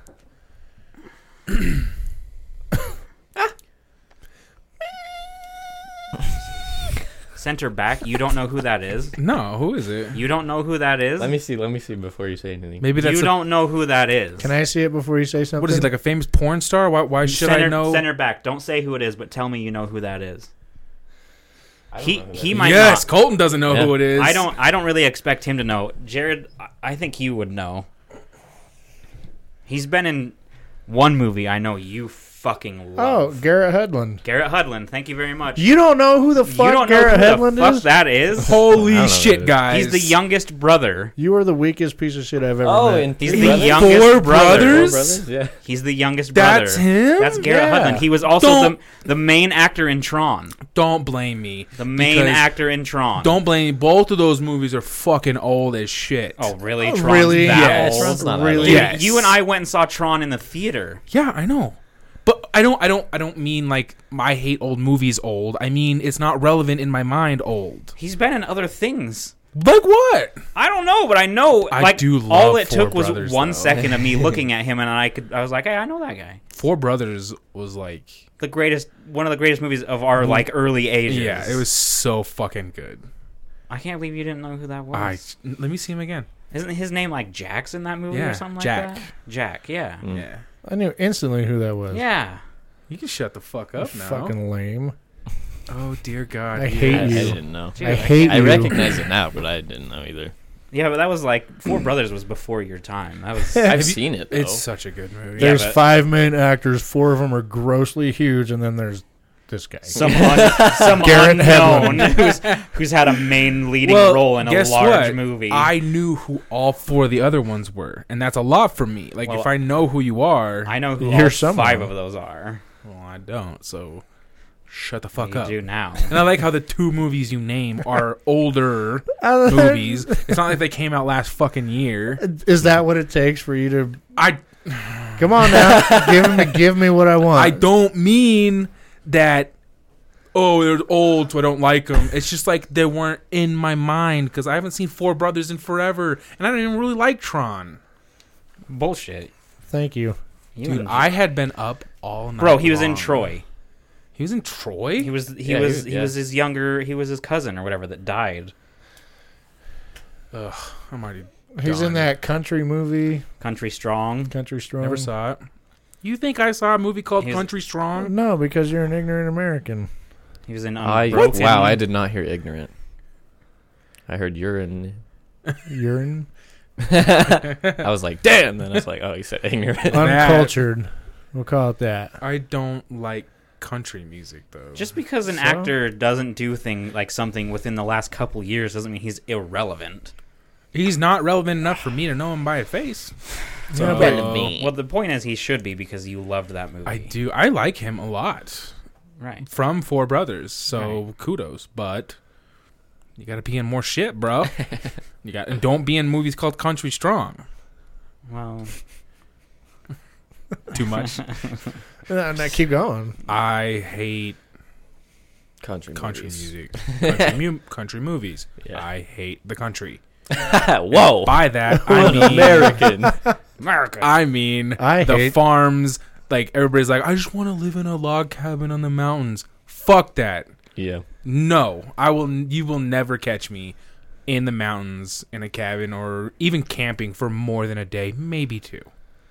Speaker 2: Center back. You don't know who that is.
Speaker 1: No, who is it?
Speaker 2: You don't know who that is.
Speaker 5: Let me see. Let me see before you say anything.
Speaker 1: Maybe that's
Speaker 2: you
Speaker 1: a-
Speaker 2: don't know who that is.
Speaker 3: Can I see it before you say something?
Speaker 1: what is he like a famous porn star? Why? Why should
Speaker 2: center,
Speaker 1: I know?
Speaker 2: Center back. Don't say who it is, but tell me you know who that is.
Speaker 5: I don't
Speaker 2: He
Speaker 5: know who that
Speaker 2: he
Speaker 5: is.
Speaker 2: might
Speaker 1: yes,
Speaker 2: not.
Speaker 1: Colton doesn't know
Speaker 5: Yeah.
Speaker 1: who it is.
Speaker 2: I don't. I don't really expect him to know. Jared, I- I think he would know. He's been in one movie. I know you fucking
Speaker 3: Oh,
Speaker 2: love.
Speaker 3: Garrett Hudlin.
Speaker 2: Garrett Hudlin. Thank you very much.
Speaker 3: You don't know who the fuck
Speaker 2: don't know
Speaker 3: Garrett
Speaker 2: who
Speaker 3: Hedlund
Speaker 2: the fuck
Speaker 3: is? Oh,
Speaker 2: that is.
Speaker 5: I don't
Speaker 1: Holy
Speaker 5: know who it
Speaker 1: shit,
Speaker 5: is.
Speaker 1: guys!
Speaker 2: He's the youngest brother.
Speaker 3: You are the weakest piece of shit I've ever
Speaker 5: Oh,
Speaker 3: met.
Speaker 5: and
Speaker 2: He's
Speaker 5: three
Speaker 2: the
Speaker 5: brothers?
Speaker 2: youngest
Speaker 1: Four
Speaker 2: brother.
Speaker 1: brothers?
Speaker 5: Four brothers? Yeah.
Speaker 2: He's the youngest brother.
Speaker 1: That's him.
Speaker 2: That's Garrett
Speaker 3: Yeah.
Speaker 2: Hudlin. He was also
Speaker 1: Don't-
Speaker 2: the the main actor in Tron.
Speaker 1: Don't blame me.
Speaker 2: The main
Speaker 1: Because-
Speaker 2: actor in Tron.
Speaker 1: Don't blame me. Both of those movies are fucking old as shit.
Speaker 2: Oh, really?
Speaker 3: Oh,
Speaker 2: Tron's
Speaker 3: really?
Speaker 2: that
Speaker 1: Yes.
Speaker 2: old?
Speaker 5: Tron's not that
Speaker 3: really?
Speaker 2: Dude,
Speaker 1: Yeah. Yes.
Speaker 2: You and I went and saw Tron in the theater.
Speaker 1: yeah, I know. But I don't. I don't. I don't mean like I hate old movies. Old. I mean it's not relevant in my mind. Old.
Speaker 2: He's been in other things.
Speaker 1: Like what?
Speaker 2: I don't know, but I know.
Speaker 1: I
Speaker 2: like,
Speaker 1: do love
Speaker 2: all it
Speaker 1: Four
Speaker 2: took was one
Speaker 1: Brothers,
Speaker 2: second
Speaker 1: though.
Speaker 2: of me looking at him, and I could. I was like, hey, I know that guy.
Speaker 1: Four Brothers was like.
Speaker 2: The greatest, one of the greatest movies of our like early ages.
Speaker 1: Yeah, it was so fucking good.
Speaker 2: I can't believe you didn't know who that was.
Speaker 1: I let me see him again.
Speaker 2: Isn't his name like Jax in that movie
Speaker 1: Yeah,
Speaker 2: or something like
Speaker 1: Jack. Mm,
Speaker 2: that? Jack. Yeah.
Speaker 1: Yeah,
Speaker 3: I knew instantly who that was.
Speaker 2: Yeah.
Speaker 1: you can shut the fuck
Speaker 3: You're
Speaker 1: up now.
Speaker 3: Fucking lame.
Speaker 1: Oh dear God!
Speaker 3: I hate
Speaker 5: I, I
Speaker 3: you.
Speaker 5: didn't know.
Speaker 2: Dude,
Speaker 3: I hate
Speaker 5: I
Speaker 3: you.
Speaker 5: recognize it now, but I didn't know either.
Speaker 2: Yeah, but that was like Four Brothers was before your time. That was.
Speaker 5: I've
Speaker 1: you-
Speaker 5: seen it though.
Speaker 1: It's such a good movie.
Speaker 3: There's
Speaker 2: but-
Speaker 3: five main actors. Four of them are grossly huge, and then there's this guy.
Speaker 2: some un, some
Speaker 3: Garrett
Speaker 2: unknown who's, who's had a main leading
Speaker 1: Well,
Speaker 2: role in a
Speaker 1: guess
Speaker 2: large
Speaker 1: what?
Speaker 2: movie.
Speaker 1: I knew who all four of the other ones were, and that's a lot for me. Like
Speaker 2: Well,
Speaker 1: if I know who you are,
Speaker 2: I know who
Speaker 3: You're
Speaker 2: all
Speaker 3: someone.
Speaker 2: five of those are.
Speaker 1: well, I don't. So shut the fuck
Speaker 2: you
Speaker 1: up.
Speaker 2: do now.
Speaker 1: And I like how the two movies you name are older
Speaker 3: Uh,
Speaker 1: movies. It's not like they came out last fucking year.
Speaker 3: Is that what it takes for you to
Speaker 1: I
Speaker 3: come on now? give me, give me what I want.
Speaker 1: I don't mean that. Oh, they're old, so I don't like them. It's just like they weren't in my mind because I haven't seen Four Brothers in forever, and I don't even really like Tron.
Speaker 2: Bullshit.
Speaker 3: Thank you.
Speaker 2: You
Speaker 1: Dude,
Speaker 2: and-
Speaker 1: I had been up all night.
Speaker 2: bro, he was in
Speaker 1: long.
Speaker 2: Troy.
Speaker 1: He was in Troy.
Speaker 2: He was he
Speaker 5: Yeah, he
Speaker 2: was
Speaker 5: was-
Speaker 2: he
Speaker 5: yeah.
Speaker 2: was his younger he was his cousin or whatever that died.
Speaker 1: Ugh, I'm already
Speaker 3: He's
Speaker 1: Done.
Speaker 3: in that country movie,
Speaker 2: Country Strong.
Speaker 3: Country Strong. Uh,
Speaker 1: never saw it. You think I saw a movie called
Speaker 2: He was-
Speaker 1: Country Strong?
Speaker 3: No, because you're an ignorant American.
Speaker 2: He was um, in
Speaker 5: I,
Speaker 2: Unbroken.
Speaker 5: wow, I did not hear ignorant. I heard urine.
Speaker 3: You're an
Speaker 5: I was like, damn. Then I was like, oh, you said ignorant.
Speaker 3: uncultured. We'll call it that.
Speaker 1: I don't like country music though.
Speaker 2: Just because an
Speaker 3: So?
Speaker 2: actor doesn't do thing like something within the last couple years doesn't mean he's irrelevant.
Speaker 1: he's not relevant enough for me to know him by a face. So-
Speaker 2: Well, the point is he should be because you loved that movie.
Speaker 1: I do. I like him a lot
Speaker 2: Right.
Speaker 1: from Four Brothers, so kudos. But you got to be in more shit, bro. you got and don't be in movies called Country Strong
Speaker 2: Well,
Speaker 1: too much.
Speaker 3: No, no, uh, keep going.
Speaker 1: I hate
Speaker 5: country,
Speaker 1: country
Speaker 5: movies.
Speaker 1: music, country, mu- country movies.
Speaker 5: Yeah.
Speaker 1: I hate the country.
Speaker 5: Whoa,
Speaker 1: By that I mean
Speaker 5: American.
Speaker 2: America.
Speaker 1: I mean
Speaker 3: I
Speaker 1: the
Speaker 3: hate-
Speaker 1: farms. Like everybody's like, I just want to live in a log cabin on the mountains. Fuck that.
Speaker 5: yeah,
Speaker 1: No, I will. You will never catch me in the mountains in a cabin or even camping for more than a day, maybe two,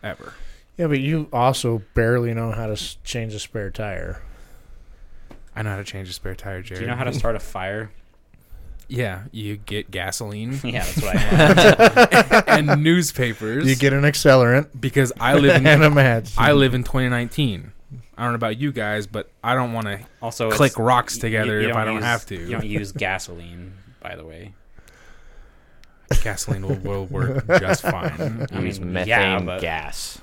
Speaker 1: ever.
Speaker 3: Yeah, but you also barely know how to s- change a spare tire.
Speaker 1: I know how to change a spare tire, Jared.
Speaker 2: Do you know how to start a fire?
Speaker 1: Yeah, you get gasoline
Speaker 2: yeah, that's what I
Speaker 1: and newspapers.
Speaker 3: You get an accelerant
Speaker 1: because I live in
Speaker 3: and a match.
Speaker 1: I live in 2019. I don't know about you guys, but I don't want to
Speaker 2: Also, it's-
Speaker 1: click rocks
Speaker 2: you-
Speaker 1: together
Speaker 2: you
Speaker 1: if I don't
Speaker 2: use-
Speaker 1: have to.
Speaker 2: You don't use gasoline, by the way.
Speaker 1: Gasoline will, will work just fine.
Speaker 2: I
Speaker 5: Use
Speaker 2: mean,
Speaker 5: methane
Speaker 2: yeah, but-
Speaker 5: gas.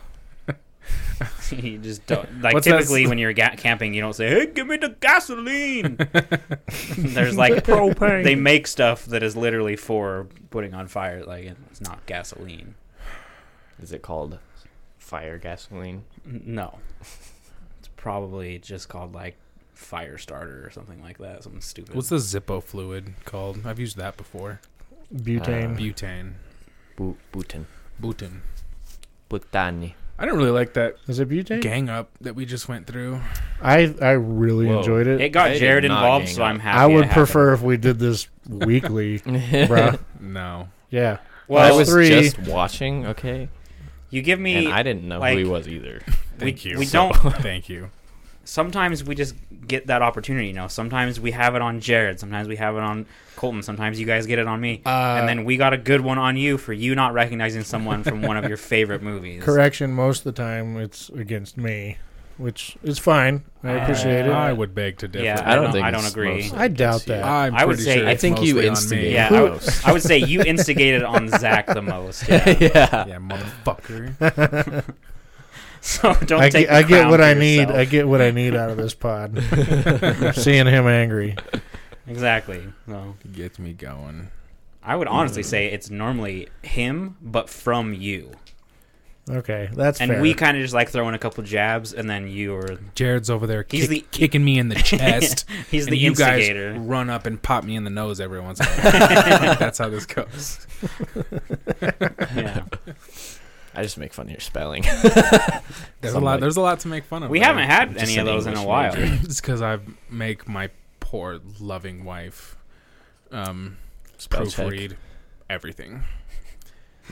Speaker 2: you just don't like
Speaker 1: What's that
Speaker 2: typically
Speaker 1: s-
Speaker 2: when you're ga- camping you don't say hey give me the gasoline there's like propane they make stuff that is literally for putting on fire like it's not gasoline
Speaker 5: Is it called fire gasoline?
Speaker 2: N- no it's probably just called like fire starter or something like that something stupid
Speaker 1: What's the Zippo fluid called? I've used that before.
Speaker 3: Butane.
Speaker 1: Butane.
Speaker 5: Bu- Butan.
Speaker 1: Butan.
Speaker 5: Butani.
Speaker 1: I didn't really like that
Speaker 3: Is it butane?
Speaker 1: gang up that we just went through.
Speaker 3: I I really
Speaker 5: Whoa.
Speaker 3: enjoyed it.
Speaker 2: it got
Speaker 5: I did
Speaker 2: jared
Speaker 5: not
Speaker 2: involved
Speaker 5: gang
Speaker 2: so
Speaker 5: up.
Speaker 2: i'm happy
Speaker 3: I would
Speaker 2: it happened.
Speaker 3: prefer if we did this weekly, bruh.
Speaker 1: No.
Speaker 3: Yeah.
Speaker 2: well
Speaker 5: I was
Speaker 3: three-
Speaker 5: just watching, okay?
Speaker 2: you give me
Speaker 5: and I didn't know who he
Speaker 2: like-
Speaker 5: was either.
Speaker 1: Thank
Speaker 2: we,
Speaker 1: you.
Speaker 2: we
Speaker 1: So-
Speaker 2: don't
Speaker 1: Thank you.
Speaker 2: sometimes we just get that opportunity. You know, sometimes we have it on Jared, sometimes we have it on Colton, sometimes you guys get it on me,
Speaker 3: Uh,
Speaker 2: and then we got a good one on you for you not recognizing someone from one of your favorite movies.
Speaker 3: correction, most of the time it's against me, which is fine. I appreciate
Speaker 2: Uh,
Speaker 1: I
Speaker 3: it.
Speaker 1: would beg to differ.
Speaker 2: Yeah,
Speaker 5: I
Speaker 2: I
Speaker 5: don't
Speaker 2: don't.
Speaker 5: think
Speaker 2: I don't
Speaker 5: it's
Speaker 2: agree.
Speaker 3: I doubt that.
Speaker 1: I'm
Speaker 2: I would
Speaker 1: pretty
Speaker 2: say-
Speaker 1: sure
Speaker 2: I
Speaker 1: it's
Speaker 5: think you
Speaker 1: mostly on me.
Speaker 5: instigated.
Speaker 2: Yeah, I, would- I would say you instigated on Zach the most. Yeah.
Speaker 1: Yeah, motherfucker.
Speaker 2: So don't
Speaker 3: I,
Speaker 2: take.
Speaker 3: get,
Speaker 2: the
Speaker 3: I get
Speaker 2: crown
Speaker 3: what
Speaker 2: for
Speaker 3: I need.
Speaker 2: yourself.
Speaker 3: I get what I need out of this pod. Seeing him angry.
Speaker 2: exactly. No.
Speaker 1: Get me going.
Speaker 2: I would
Speaker 3: Mm.
Speaker 2: honestly say it's normally him, but from you,
Speaker 3: Okay, that's
Speaker 2: and
Speaker 3: fair.
Speaker 2: we kind of just like throw in a couple jabs, and then you are
Speaker 1: Jared's over there
Speaker 2: He's
Speaker 1: kick,
Speaker 2: the-
Speaker 1: kicking me in the chest.
Speaker 2: he's
Speaker 1: and
Speaker 2: the
Speaker 1: you
Speaker 2: instigator.
Speaker 1: guys run up and pop me in the nose every once in a while. That's how this goes.
Speaker 2: yeah.
Speaker 5: I just make fun of your spelling.
Speaker 1: There's a
Speaker 5: I'm
Speaker 1: lot.
Speaker 5: like-
Speaker 1: there's a lot to make fun of.
Speaker 2: We
Speaker 1: man.
Speaker 2: haven't had
Speaker 5: Just
Speaker 2: any of
Speaker 5: an
Speaker 2: those in a
Speaker 5: English
Speaker 2: while.
Speaker 5: major.
Speaker 1: It's because I make my poor loving wife um,
Speaker 5: Spell check.
Speaker 1: proofread everything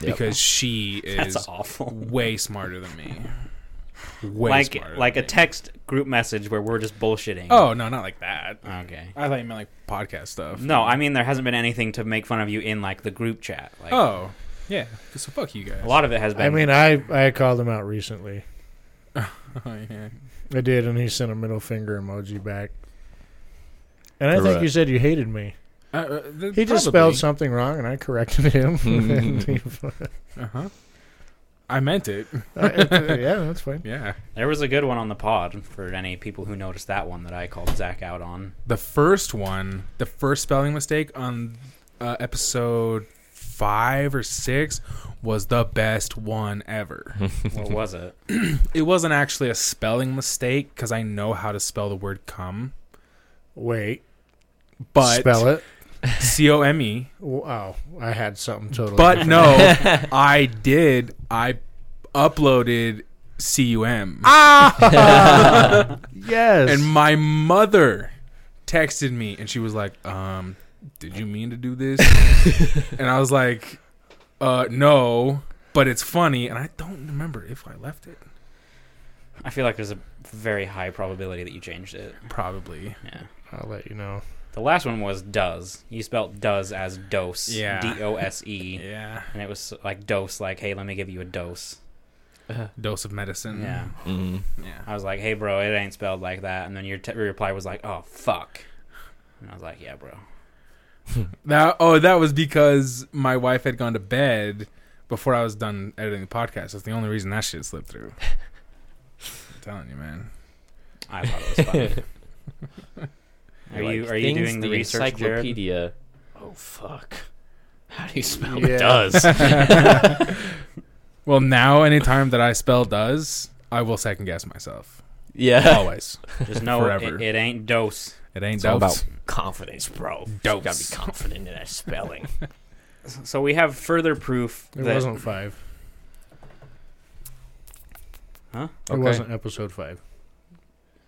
Speaker 5: Yep.
Speaker 1: because she is
Speaker 2: That's awful.
Speaker 1: way smarter than me. Way
Speaker 2: like
Speaker 1: smarter
Speaker 2: like a
Speaker 1: than me.
Speaker 2: text group message where we're just bullshitting.
Speaker 1: Oh no, not like that.
Speaker 2: okay.
Speaker 1: I thought you meant like podcast stuff.
Speaker 2: No, I mean there hasn't been anything to make fun of you in like the group chat. Like
Speaker 1: Oh yeah. So fuck you guys.
Speaker 2: a lot of it has been.
Speaker 3: I mean, I I called him out recently.
Speaker 1: Oh, yeah.
Speaker 3: I did, and he sent a middle finger emoji back. And I think
Speaker 5: Correct.
Speaker 3: you said you hated me.
Speaker 1: Uh, uh, th-
Speaker 3: He just
Speaker 1: probably.
Speaker 3: spelled something wrong, and I corrected him. And he-
Speaker 1: Uh-huh. I meant it.
Speaker 3: uh, yeah, that's fine.
Speaker 1: Yeah.
Speaker 2: there was a good one on the pod for any people who noticed that one that I called Zach out on.
Speaker 1: The first one, the first spelling mistake on uh, episode five or six was the best one ever.
Speaker 2: What was it?
Speaker 1: it wasn't actually a spelling mistake because I know how to spell the word cum,
Speaker 3: Wait,
Speaker 1: but
Speaker 3: spell it.
Speaker 1: C O M E.
Speaker 3: Wow, I had something totally.
Speaker 1: But
Speaker 3: different.
Speaker 1: no, I did. I uploaded C U M.
Speaker 3: yes,
Speaker 1: And my mother texted me and she was like, um, did you mean to do this? and I was like, uh, no, but it's funny. And I don't remember if I left it.
Speaker 2: I feel like there's a very high probability that you changed it.
Speaker 1: Probably.
Speaker 2: Yeah.
Speaker 3: I'll let you know.
Speaker 2: The last one was does. You spelt does as dose.
Speaker 1: Yeah.
Speaker 2: D O S E.
Speaker 1: Yeah.
Speaker 2: And it was like dose, like, hey, let me give you a dose.
Speaker 1: Dose of medicine.
Speaker 2: Yeah.
Speaker 5: Mm.
Speaker 1: Yeah.
Speaker 2: I was like, "Hey, bro, it ain't spelled like that." And then your t- reply was like, "Oh, fuck." And I was like, "Yeah, bro."
Speaker 1: That, oh, that was because my wife had gone to bed before I was done editing the podcast. That's the only reason that shit slipped through. I'm telling you, man.
Speaker 2: I thought it was funny. are
Speaker 5: You're
Speaker 2: you
Speaker 5: like,
Speaker 2: are you
Speaker 5: "Things
Speaker 2: doing the, research, Jared?
Speaker 5: encyclopedia? Oh fuck! How do you spell
Speaker 3: Yeah.
Speaker 5: does?
Speaker 1: Well, now, anytime that I spell does, I will second guess myself.
Speaker 5: yeah,
Speaker 1: Always.
Speaker 2: Just know it,
Speaker 1: Forever.
Speaker 2: it ain't dose.
Speaker 1: It ain't
Speaker 5: It's all
Speaker 1: dose.
Speaker 5: about confidence, bro.
Speaker 1: Dose.
Speaker 5: You gotta be confident in that spelling.
Speaker 2: So we have further proof
Speaker 3: It
Speaker 2: that
Speaker 3: wasn't five.
Speaker 2: Huh?
Speaker 3: It wasn't episode five.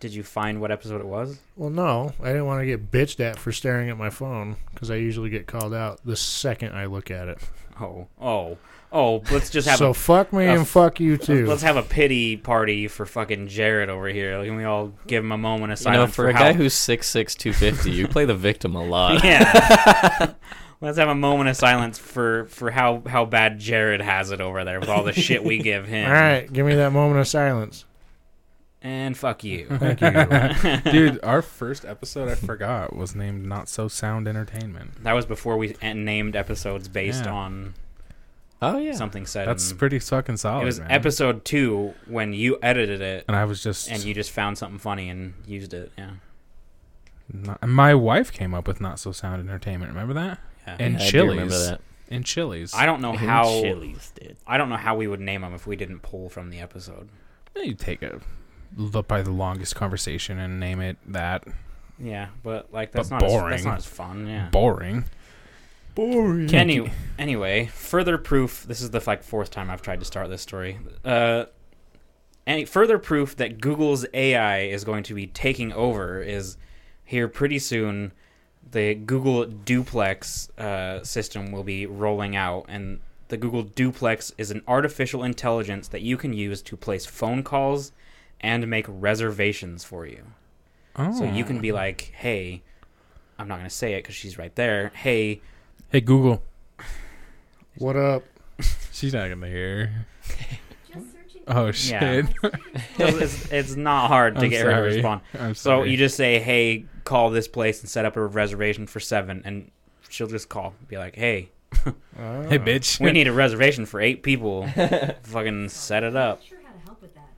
Speaker 2: Did you find what episode it was?
Speaker 3: Well, no, I didn't want to get bitched at for staring at my phone because I usually get called out the second I look at it.
Speaker 2: Oh, oh, oh! Let's just have
Speaker 3: So fuck me
Speaker 2: a
Speaker 3: and
Speaker 2: f-
Speaker 3: fuck you
Speaker 2: a,
Speaker 3: too.
Speaker 2: let's have a pity party for fucking Jared over here. Like, can we all give him a moment of
Speaker 5: You know,
Speaker 2: silence
Speaker 5: for a
Speaker 2: how
Speaker 5: guy who's 6'6", 250, you play the victim a lot.
Speaker 2: yeah. Let's have a moment of silence for for how how bad Jared has it over there with all the shit we give him.
Speaker 3: All right, give me that moment of silence.
Speaker 2: And fuck you.
Speaker 3: Thank you.
Speaker 1: Dude, our first episode I forgot was named Not So Sound Entertainment.
Speaker 2: That was before we en- named episodes based
Speaker 1: Yeah.
Speaker 2: on
Speaker 5: Oh, yeah.
Speaker 2: something said.
Speaker 1: That's
Speaker 2: in-
Speaker 1: pretty fucking solid.
Speaker 2: It was
Speaker 1: man.
Speaker 2: episode two when you edited it
Speaker 1: and I was just
Speaker 2: and you just found something funny and used it. Yeah.
Speaker 1: not- and my wife came up with Not So Sound Entertainment. Remember that?
Speaker 2: Yeah.
Speaker 1: And
Speaker 5: I do remember
Speaker 1: Chili's.
Speaker 5: that.
Speaker 1: And Chili's.
Speaker 2: I
Speaker 5: Oh,
Speaker 2: don't know how
Speaker 5: Chili's did.
Speaker 2: I don't know how we would name them if we didn't pull from the episode.
Speaker 1: you take a the, probably the longest conversation and name it that
Speaker 2: Yeah, but like that's
Speaker 1: But
Speaker 2: not As,
Speaker 1: boring.
Speaker 2: that's not as fun. Yeah.
Speaker 1: boring.
Speaker 3: Boring.
Speaker 1: Can't-
Speaker 2: Any, anyway, further proof. This is the like fourth time I've tried to start this story. Uh, any further proof that Google's AI is going to be taking over is here pretty soon. The Google Duplex uh, system will be rolling out, and the Google Duplex is an artificial intelligence that you can use to place phone calls and make reservations for you.
Speaker 1: Oh.
Speaker 2: So you can be like, "Hey, I'm not going to say it because she's right there. Hey,
Speaker 1: Hey Google.
Speaker 3: What up?
Speaker 1: She's not gonna hear.
Speaker 6: Just searching.
Speaker 1: Oh
Speaker 2: Yeah.
Speaker 1: shit.
Speaker 2: it's, it's not hard to
Speaker 1: I'm
Speaker 2: get her to
Speaker 1: sorry.
Speaker 2: respond.
Speaker 1: I'm
Speaker 2: So
Speaker 1: sorry.
Speaker 2: you just say, "Hey, call this place and set up a reservation for seven, and she'll just call, be like, "Hey,
Speaker 3: Ah.
Speaker 1: Hey bitch.
Speaker 2: we need a reservation for eight people. Fucking set it up.
Speaker 6: Sure how to help with that.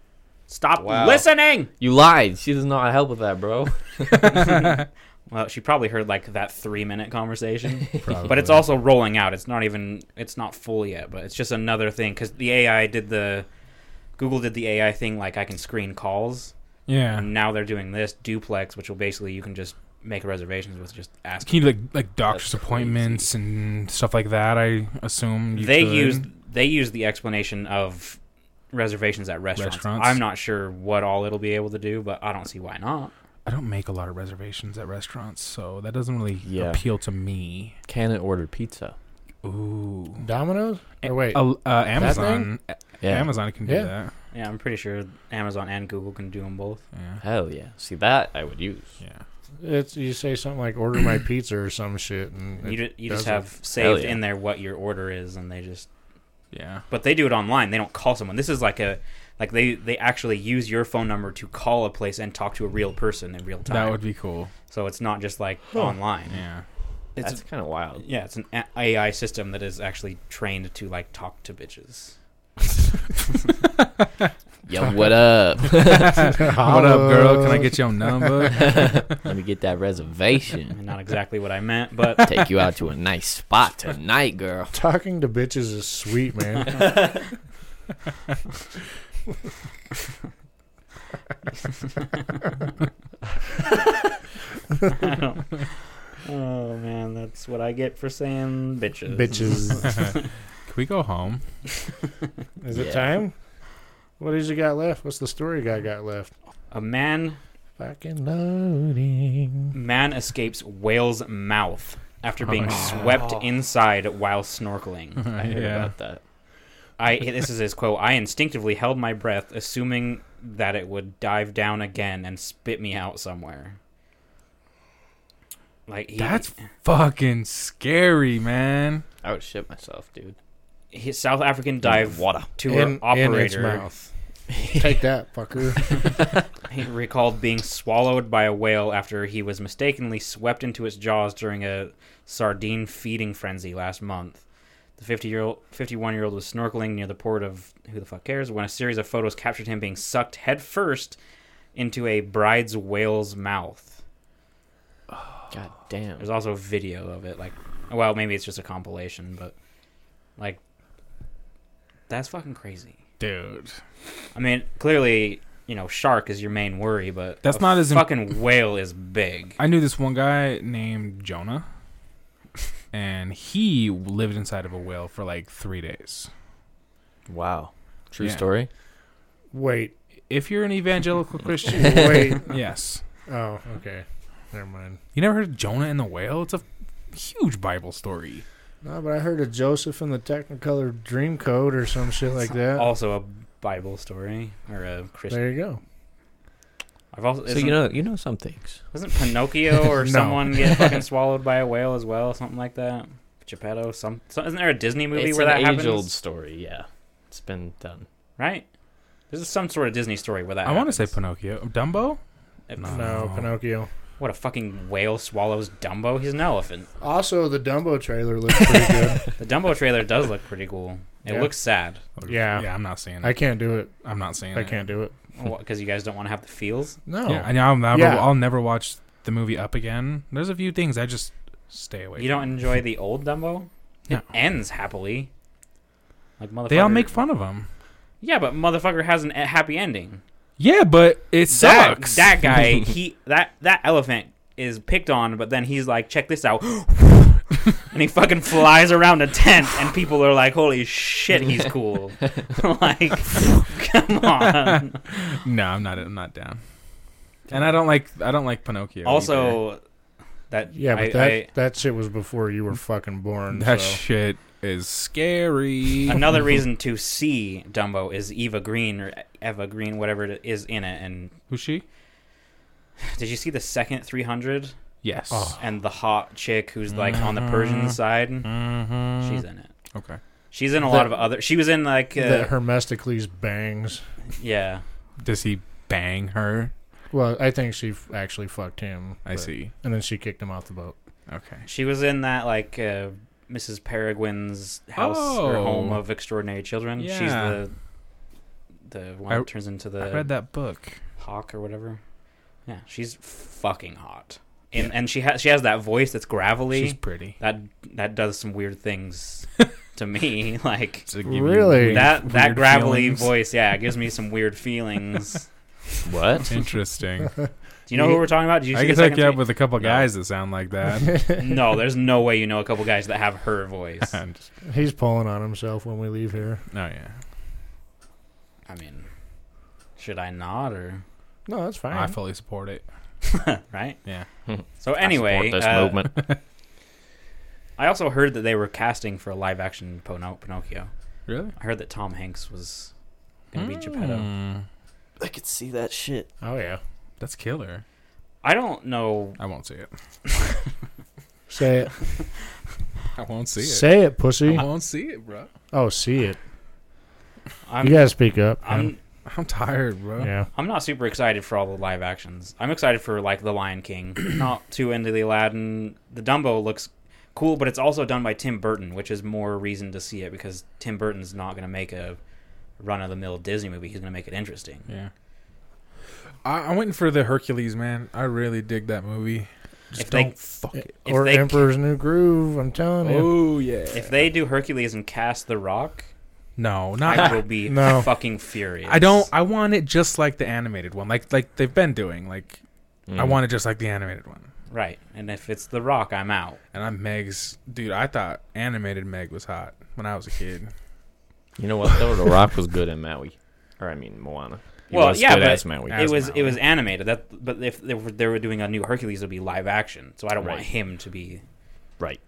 Speaker 2: Stop
Speaker 5: Wow.
Speaker 2: listening."
Speaker 5: You lied. She does not help with that, bro.
Speaker 2: Well, she probably heard like that three-minute conversation, but
Speaker 1: Probably.
Speaker 2: it's also rolling out. It's not even it's not full yet, but it's just another thing because the AI did the Google did the AI thing like I can screen calls,
Speaker 1: Yeah.
Speaker 2: and now they're doing this duplex, which will basically you can just make reservations with just asking.
Speaker 1: Can you like like doctor's
Speaker 5: That's
Speaker 1: appointments and stuff like that? I assume you
Speaker 2: they
Speaker 1: could.
Speaker 2: used they used the explanation of reservations at restaurants.
Speaker 1: Restaurants.
Speaker 2: I'm not sure what all it'll be able to do, but I don't see why not.
Speaker 1: I don't make a lot of reservations at restaurants, so that doesn't really
Speaker 5: Yeah.
Speaker 1: appeal to me.
Speaker 5: Can it order pizza?
Speaker 1: Ooh.
Speaker 3: Domino's? Or wait,
Speaker 1: Uh, uh, Amazon,
Speaker 5: Yeah.
Speaker 1: Amazon can do
Speaker 3: Yeah.
Speaker 1: that.
Speaker 2: Yeah, I'm pretty sure Amazon and Google can do them both.
Speaker 1: Yeah.
Speaker 5: Hell yeah. See, that I would use.
Speaker 1: Yeah.
Speaker 3: it's you say something like "order my pizza" or some shit, and
Speaker 2: You
Speaker 3: it-
Speaker 2: just, you just
Speaker 3: does
Speaker 2: have saved
Speaker 5: yeah.
Speaker 2: in there what your order is, and they just
Speaker 1: Yeah.
Speaker 2: but they do it online. They don't call someone. This is like a like they they actually use your phone number to call a place and talk to a real person in real time.
Speaker 1: That would be cool.
Speaker 2: so it's not just like online.
Speaker 1: Yeah.
Speaker 5: It's
Speaker 2: That's-
Speaker 5: kind of wild.
Speaker 2: Yeah, it's an A- AI system that is actually trained to like talk to bitches.
Speaker 5: Yo, what up?
Speaker 1: what up, girl? Can I get your number?
Speaker 5: Let me get that reservation.
Speaker 2: Not exactly what I meant, but
Speaker 5: Take you out to a nice spot tonight, girl.
Speaker 3: talking to bitches is sweet, man.
Speaker 2: I don't- oh man, that's what I get for saying bitches.
Speaker 3: bitches,
Speaker 1: can we go home?
Speaker 3: is it
Speaker 5: Yeah.
Speaker 3: time? What has you got left? What's the story guy got left?
Speaker 2: A man
Speaker 3: Fucking loading.
Speaker 2: man escapes whale's mouth after being
Speaker 1: Oh.
Speaker 2: swept inside while snorkeling.
Speaker 5: I heard
Speaker 1: yeah.
Speaker 5: about that.
Speaker 2: I this is his quote. I instinctively held my breath, assuming that it would dive down again and spit me out somewhere. Like he,
Speaker 1: That's fucking scary, man.
Speaker 5: I would shit myself, dude.
Speaker 2: his South African dive
Speaker 5: water.
Speaker 2: tour
Speaker 3: In-
Speaker 2: operator.
Speaker 3: in its mouth. Take that, fucker.
Speaker 2: He recalled being swallowed by a whale after he was mistakenly swept into its jaws during a sardine feeding frenzy last month. The 50 year old, 51 year old was snorkeling near the port of who the fuck cares when a series of photos captured him being sucked headfirst into a bride's whale's mouth.
Speaker 5: God damn.
Speaker 2: There's also a video of it, like, well, maybe it's just a compilation, but like, that's fucking crazy.
Speaker 1: Dude.
Speaker 2: I mean, clearly, you know, shark is your main worry, but
Speaker 1: That's
Speaker 2: a
Speaker 1: not as im-
Speaker 2: fucking whale is big.
Speaker 1: I knew this one guy named Jonah, and he lived inside of a whale for like three days.
Speaker 5: Wow. True
Speaker 1: Yeah.
Speaker 5: story.
Speaker 3: Wait,
Speaker 1: if you're an evangelical Christian,
Speaker 3: Wait.
Speaker 1: yes.
Speaker 3: Oh, okay. Never mind.
Speaker 1: You never heard of Jonah and the whale? It's a huge Bible story.
Speaker 3: No, but I heard of Joseph and the Technicolor Dreamcoat or some shit like that.
Speaker 2: Also a Bible story or a Christian.
Speaker 3: there you go.
Speaker 2: I've also
Speaker 5: So
Speaker 2: isn't-
Speaker 5: you know, you know some things.
Speaker 2: Wasn't Pinocchio or
Speaker 1: No.
Speaker 2: someone get fucking swallowed by a whale as well, something like that? Geppetto, some, so- isn't there a Disney movie
Speaker 4: it's
Speaker 2: where
Speaker 4: an
Speaker 2: that happens?
Speaker 4: age-old story. Yeah, it's been done.
Speaker 2: Right? There's some sort of Disney story where that.
Speaker 1: I want to say
Speaker 2: happens.
Speaker 1: Pinocchio, Dumbo.
Speaker 2: If-
Speaker 1: No.
Speaker 3: No, Pinocchio.
Speaker 2: What a fucking whale swallows Dumbo. He's an elephant.
Speaker 3: Also, the Dumbo trailer looks pretty good.
Speaker 2: The Dumbo trailer does look pretty cool. It
Speaker 3: Yeah.
Speaker 2: looks sad
Speaker 3: Yeah.
Speaker 1: yeah. I'm not seeing.
Speaker 3: I
Speaker 1: It.
Speaker 3: can't do it.
Speaker 1: I, am not seeing.
Speaker 3: I
Speaker 1: it.
Speaker 3: can't do it.
Speaker 2: because you guys don't want to have the feels.
Speaker 3: No.
Speaker 1: Yeah, I know. I'll never.
Speaker 3: Yeah.
Speaker 1: I'll never watch the movie Up again. There's a few things I just stay away.
Speaker 2: You
Speaker 1: from.
Speaker 2: don't enjoy the old Dumbo.
Speaker 1: No.
Speaker 2: It ends happily. Like motherfucker.
Speaker 1: They all make fun of him.
Speaker 2: Yeah, but motherfucker has an a happy ending.
Speaker 1: Yeah, but it
Speaker 2: that,
Speaker 1: sucks.
Speaker 2: That guy, he that that elephant is picked on, but then he's like, check this out. and he fucking flies around a tent and people are like, Holy shit, he's cool. like come on.
Speaker 1: no, I'm not. I'm not down. And I don't like. I don't like Pinocchio. either.
Speaker 2: also that
Speaker 3: Yeah, but
Speaker 2: I-
Speaker 3: that
Speaker 2: I-
Speaker 3: that shit was before you were fucking born.
Speaker 1: that
Speaker 3: so.
Speaker 1: shit is scary.
Speaker 2: um, another reason to see Dumbo is Eva Green or Eva Green, whatever it is in it. And
Speaker 1: Who's she?
Speaker 2: did you see the second three hundred
Speaker 1: Yes.
Speaker 3: Oh.
Speaker 2: and the hot chick who's like on the
Speaker 3: Mm-hmm.
Speaker 2: Persian
Speaker 1: Mhm.
Speaker 2: side?
Speaker 1: Mhm.
Speaker 2: She's in it.
Speaker 1: okay.
Speaker 2: She's in a
Speaker 3: The-
Speaker 2: lot of other. She was in like uh,
Speaker 3: That Hermesticles bangs.
Speaker 2: yeah.
Speaker 1: Does he bang her?
Speaker 3: Well, I think she f- actually fucked him.
Speaker 1: I
Speaker 3: but-
Speaker 1: see.
Speaker 3: And then she kicked him off the boat.
Speaker 1: Okay.
Speaker 2: She was in that like uh, Mrs. Peregrin's house or
Speaker 1: Oh.
Speaker 2: home of extraordinary children. She's
Speaker 1: Yeah.
Speaker 2: the the one
Speaker 1: I-
Speaker 2: that turns into the
Speaker 1: I read that book.
Speaker 2: hawk or whatever. Yeah, she's fucking hot, and and she has she has that voice that's gravelly.
Speaker 1: She's pretty.
Speaker 2: that that does some weird things to me. Like
Speaker 1: To give you
Speaker 3: Really?
Speaker 1: weird-
Speaker 2: that that
Speaker 1: weird
Speaker 2: gravelly
Speaker 1: feelings.
Speaker 2: voice, yeah, it gives me some weird feelings.
Speaker 5: What?
Speaker 1: Interesting.
Speaker 2: Do you know who we're talking about? Did you
Speaker 1: I
Speaker 2: see the
Speaker 1: could hook
Speaker 2: second
Speaker 1: you up
Speaker 2: three-
Speaker 1: with a couple
Speaker 2: No.
Speaker 1: guys that sound like that.
Speaker 2: no, there's no way you know a couple guys that have her voice. I
Speaker 1: And-
Speaker 3: He's pulling on himself when we leave here.
Speaker 1: oh yeah.
Speaker 2: mean, should I not or
Speaker 3: No, that's fine.
Speaker 1: I fully support it.
Speaker 2: right?
Speaker 1: Yeah.
Speaker 2: So
Speaker 5: I support
Speaker 2: anyway,
Speaker 5: this
Speaker 2: uh,
Speaker 5: movement.
Speaker 2: I also heard that they were casting for a live-action Pino- Pinocchio.
Speaker 1: Really?
Speaker 2: I heard that Tom Hanks was gonna be Geppetto.
Speaker 1: Mm,
Speaker 4: I could see that shit.
Speaker 3: oh yeah.
Speaker 1: that's killer.
Speaker 2: I don't know.
Speaker 1: I won't see it.
Speaker 3: Say it.
Speaker 1: I won't see it.
Speaker 3: Say it, pussy.
Speaker 1: I won't see it, bro.
Speaker 3: Oh, see it.
Speaker 2: I'm
Speaker 3: you gotta speak up. man.
Speaker 2: I'm
Speaker 1: I'm tired, bro.
Speaker 3: yeah.
Speaker 2: I'm not super excited for all the live actions. I'm excited for like The Lion King. not too into the Aladdin. The Dumbo looks cool, but it's also done by Tim Burton, which is more reason to see it because Tim Burton's not gonna make a run of the mill Disney movie. He's gonna make it interesting.
Speaker 1: Yeah. I, I'm waiting for the Hercules, man. I really dig that movie. Just
Speaker 2: If they-
Speaker 1: don't fuck it.
Speaker 2: If
Speaker 3: or
Speaker 2: they ca-
Speaker 3: Emperor's New Groove. I'm telling you.
Speaker 1: Oh yeah.
Speaker 2: If they do Hercules and cast The Rock,
Speaker 1: no,
Speaker 2: I
Speaker 1: not.
Speaker 2: will be
Speaker 3: No.
Speaker 2: fucking furious.
Speaker 1: I don't. I want it just like the animated one, like like they've been doing. Like I
Speaker 5: Mm.
Speaker 1: want it just like the animated one.
Speaker 2: Right, and if it's The Rock, I'm out.
Speaker 1: And I'm Meg's dude. I thought animated Meg was hot when I was a kid.
Speaker 5: You know what though? The Rock was good in Maui, or I mean Moana. He
Speaker 2: Well,
Speaker 5: was
Speaker 2: yeah,
Speaker 5: good
Speaker 2: but
Speaker 5: as Maui.
Speaker 1: As
Speaker 2: it was
Speaker 1: Maui.
Speaker 2: it was animated. That but if they were, they were doing a new Hercules, it'd be live action. So I don't want
Speaker 5: Right.
Speaker 2: him to be.
Speaker 5: right.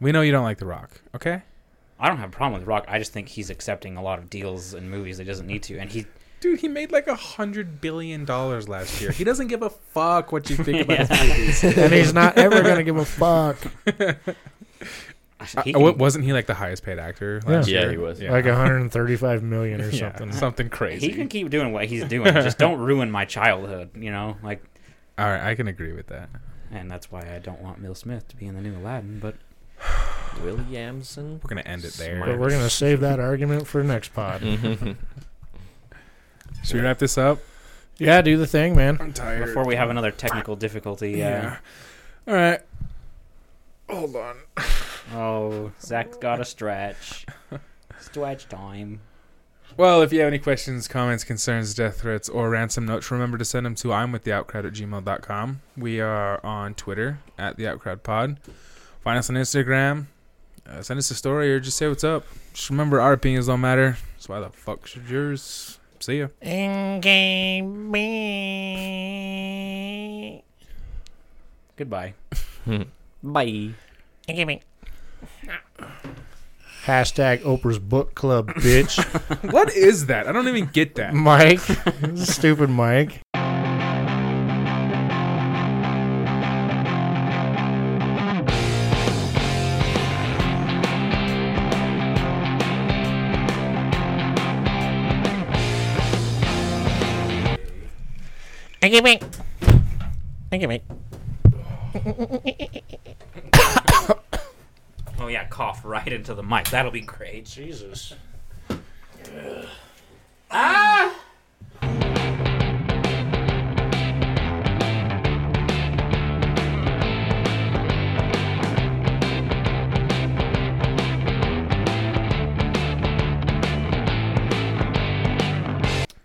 Speaker 1: We know you don't like The Rock, okay?
Speaker 2: I don't have a problem with The Rock. I just think he's accepting a lot of deals and movies that he doesn't need to, and he
Speaker 1: Dude, he made like a hundred billion dollars last year. He doesn't give a fuck what you think about his
Speaker 3: and he's not ever gonna give a fuck.
Speaker 1: Uh,
Speaker 2: he
Speaker 1: wa-
Speaker 2: can,
Speaker 1: wasn't he like the highest paid actor? Last
Speaker 5: Yeah,
Speaker 1: year?
Speaker 5: he was.
Speaker 3: Like 135 million or
Speaker 1: Yeah,
Speaker 3: something.
Speaker 1: something crazy.
Speaker 2: he can keep doing what he's doing. just don't ruin my childhood, you know. Like,
Speaker 1: All right, I can agree with that.
Speaker 2: and that's why I don't want Will Smith to be in the new Aladdin. But
Speaker 5: Williamson.
Speaker 1: We're gonna end it there.
Speaker 3: But we're gonna save that argument for next pod.
Speaker 1: Should we wrap this up?
Speaker 3: Yeah, do the thing, man.
Speaker 1: I'm tired.
Speaker 2: before we have another technical difficulty, uh,
Speaker 1: yeah. All right. Hold on.
Speaker 2: uh, oh, Zach's got a stretch, stretch time.
Speaker 1: Well, if you have any questions, comments, concerns, death threats, or ransom notes, remember to send them to I'm with the outcrowd at gmail.com. We are on Twitter at the outcrowd pod. Find us on Instagram. Uh, send us a story or just say what's up. Just remember, our opinions don't matter. So why the fuck should yours? See ya.
Speaker 2: Goodbye.
Speaker 5: Bye.
Speaker 3: Hashtag Oprah's book club, bitch.
Speaker 1: what is that? I don't even get that.
Speaker 3: Mike, stupid Mike.
Speaker 2: Oh yeah, cough right into the mic. That'll be great.
Speaker 3: Jesus.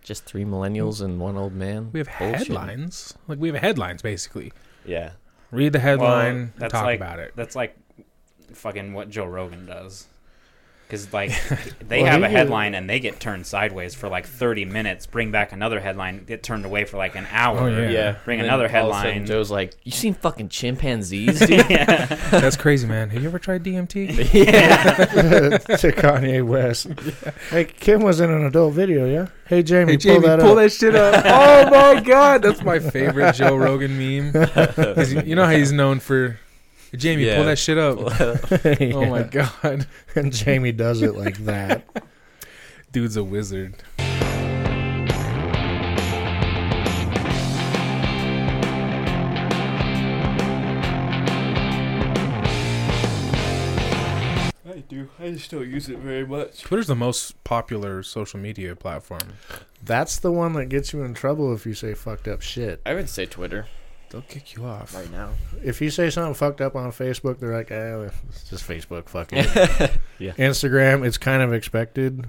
Speaker 4: Just three millennials and one old man.
Speaker 1: We have
Speaker 4: Bullshit.
Speaker 1: headlines. Like we have headlines basically.
Speaker 4: Yeah.
Speaker 1: Read the
Speaker 2: Well,
Speaker 1: headline, and
Speaker 2: that's
Speaker 1: talk
Speaker 2: like,
Speaker 1: about it.
Speaker 2: That's like fucking what Joe Rogan does. Because like they
Speaker 3: Well,
Speaker 2: have
Speaker 3: he
Speaker 2: a
Speaker 3: did-
Speaker 2: headline and they get turned sideways for like thirty minutes. Bring back another headline, get turned away for like an hour.
Speaker 1: Oh, yeah.
Speaker 4: Yeah.
Speaker 2: Bring
Speaker 4: And then
Speaker 2: another
Speaker 4: all of a sudden
Speaker 2: headline.
Speaker 4: Joe's like, "You seen fucking chimpanzees, dude?"
Speaker 1: That's crazy, man. Have you ever tried DMT?
Speaker 3: to Kanye West. Hey, Kim was in an adult video, yeah? Hey, Jamie,
Speaker 1: hey,
Speaker 3: pull
Speaker 1: Jamie,
Speaker 3: that
Speaker 1: pull
Speaker 3: up.
Speaker 1: that shit up. oh my god, that's my favorite Joe Rogan meme. 'Cause you- You know how he's known for Jamie, pull
Speaker 4: Yeah.
Speaker 1: that shit up.
Speaker 3: Yeah.
Speaker 1: Oh my god,
Speaker 3: And Jamie does it like that.
Speaker 1: dude's a wizard.
Speaker 7: I do. I just don't use it very much.
Speaker 1: Twitter's the most popular social media platform.
Speaker 3: That's the one that gets you in trouble if you say fucked up shit.
Speaker 5: I would say Twitter
Speaker 1: They'll kick you off.
Speaker 5: right now.
Speaker 3: If you say something fucked up on Facebook, they're like, eh, it's just Facebook, fuck it. Instagram, it's kind of expected.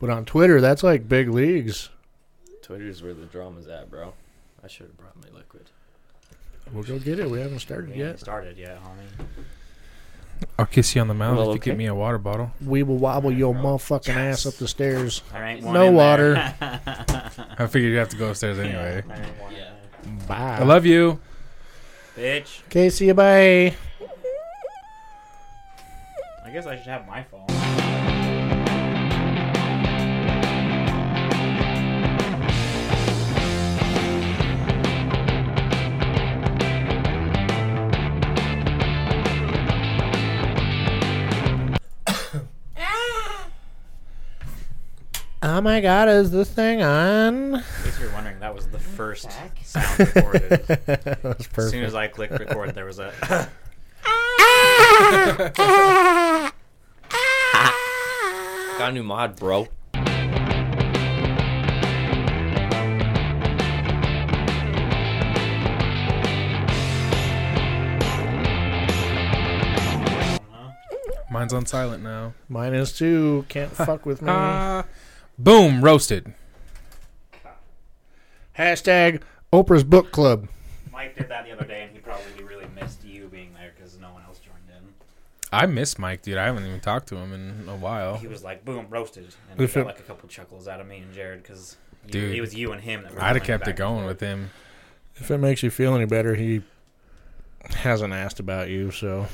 Speaker 3: But on Twitter, that's like big leagues.
Speaker 5: Twitter's where the drama's at, bro. I should have brought my liquid.
Speaker 3: We'll go get it. We haven't started
Speaker 2: We haven't
Speaker 3: yet.
Speaker 2: started yet, homie.
Speaker 1: I'll kiss you on the mouth
Speaker 5: Well,
Speaker 1: if you
Speaker 5: okay.
Speaker 1: get me a water bottle.
Speaker 3: We will wobble your motherfucking ass up the stairs.
Speaker 2: There ain't one
Speaker 3: No
Speaker 2: in
Speaker 3: water.
Speaker 2: there.
Speaker 1: I figured you have to go upstairs anyway.
Speaker 2: There ain't one in
Speaker 5: Yeah.
Speaker 3: Bye.
Speaker 1: I love you.
Speaker 2: there. Bitch.
Speaker 3: Okay, see you. Bye.
Speaker 2: I guess I should have my phone.
Speaker 3: Oh my god, is this thing on?
Speaker 2: In case you're wondering, that was the first sound recorded.
Speaker 3: that was
Speaker 2: As
Speaker 3: perfect.
Speaker 2: soon as I clicked record, there was a.
Speaker 5: Got a new mod, bro.
Speaker 1: Mine's on silent now.
Speaker 3: Mine is too. Can't fuck with me.
Speaker 2: Uh.
Speaker 1: Ah, boom, roasted.
Speaker 3: Hashtag Oprah's Book Club.
Speaker 2: Mike did that the other day, and he probably really missed you being there because no one else joined in.
Speaker 1: I miss Mike, dude. I haven't even talked to him in a while.
Speaker 2: He was like, "Boom, roasted," and he
Speaker 3: If
Speaker 2: got
Speaker 3: it-
Speaker 2: like a couple chuckles out of me and Jared because
Speaker 1: Dude.
Speaker 2: it was you and him. That were
Speaker 1: I'd have
Speaker 2: going
Speaker 1: kept
Speaker 2: back
Speaker 1: it going
Speaker 2: and
Speaker 1: with him.
Speaker 3: If it makes you feel any better, he hasn't asked about you, so.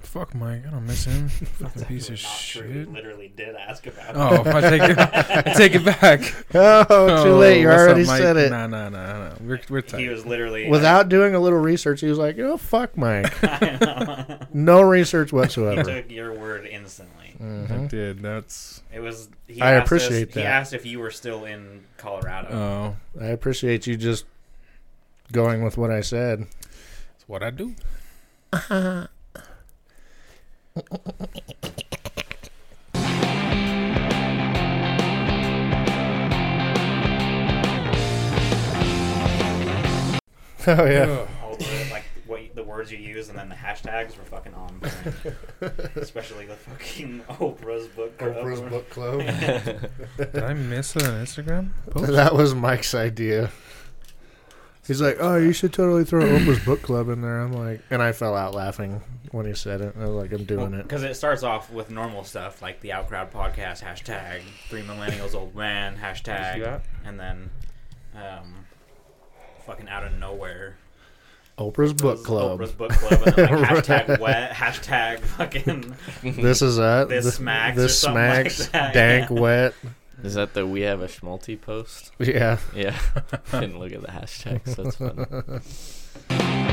Speaker 1: Fuck Mike. I don't miss him. Fucking
Speaker 2: forth.
Speaker 1: piece of
Speaker 2: Not true,
Speaker 1: shit.
Speaker 2: He literally did ask about. it.
Speaker 1: Oh, I take it. I take it back.
Speaker 3: Oh, too
Speaker 1: Oh,
Speaker 3: late. You
Speaker 1: what's up,
Speaker 3: already
Speaker 1: Mike?
Speaker 3: said it.
Speaker 1: Nah, nah, nah, nah. We're we're
Speaker 2: He
Speaker 1: tight.
Speaker 2: was literally
Speaker 3: Without doing a little research, he was like, oh, fuck Mike.
Speaker 2: I
Speaker 3: No research
Speaker 2: know. he
Speaker 3: whatsoever.
Speaker 2: took your word instantly.
Speaker 1: I
Speaker 3: Mhm.
Speaker 1: did. That's
Speaker 2: It was. He
Speaker 3: I
Speaker 2: asked us-
Speaker 3: appreciate
Speaker 2: He
Speaker 3: that.
Speaker 2: asked if you were still in Colorado.
Speaker 1: oh,
Speaker 3: I appreciate you just going with what I said.
Speaker 1: it's what I do.
Speaker 3: Oh, yeah.
Speaker 2: all the like what you- the words you use and then the hashtags were fucking on brand. Especially the fucking Oprah's book club.
Speaker 3: Club.
Speaker 1: Did I miss an Instagram post?
Speaker 3: that was Mike's idea. He's like, "Oh, you should totally throw Oprah's book club in there." I'm like, and I fell out laughing when he said it. I was like, "I'm doing it."
Speaker 2: Because it starts off with normal stuff like the Outcrowd podcast hashtag three millennials old man hashtag, and then um, fucking out of nowhere
Speaker 3: Oprah's book club.
Speaker 2: Oprah's book club, and then like,
Speaker 3: Right.
Speaker 2: hashtag wet, hashtag fucking
Speaker 3: This is that.
Speaker 2: This smacks or
Speaker 3: This
Speaker 2: something like
Speaker 3: smacks.
Speaker 2: that,
Speaker 3: dank
Speaker 2: yeah.
Speaker 3: wet.
Speaker 5: Is that the we have a schmalti post?
Speaker 3: Yeah.
Speaker 5: Yeah. Didn't look at the hashtags. That's funny.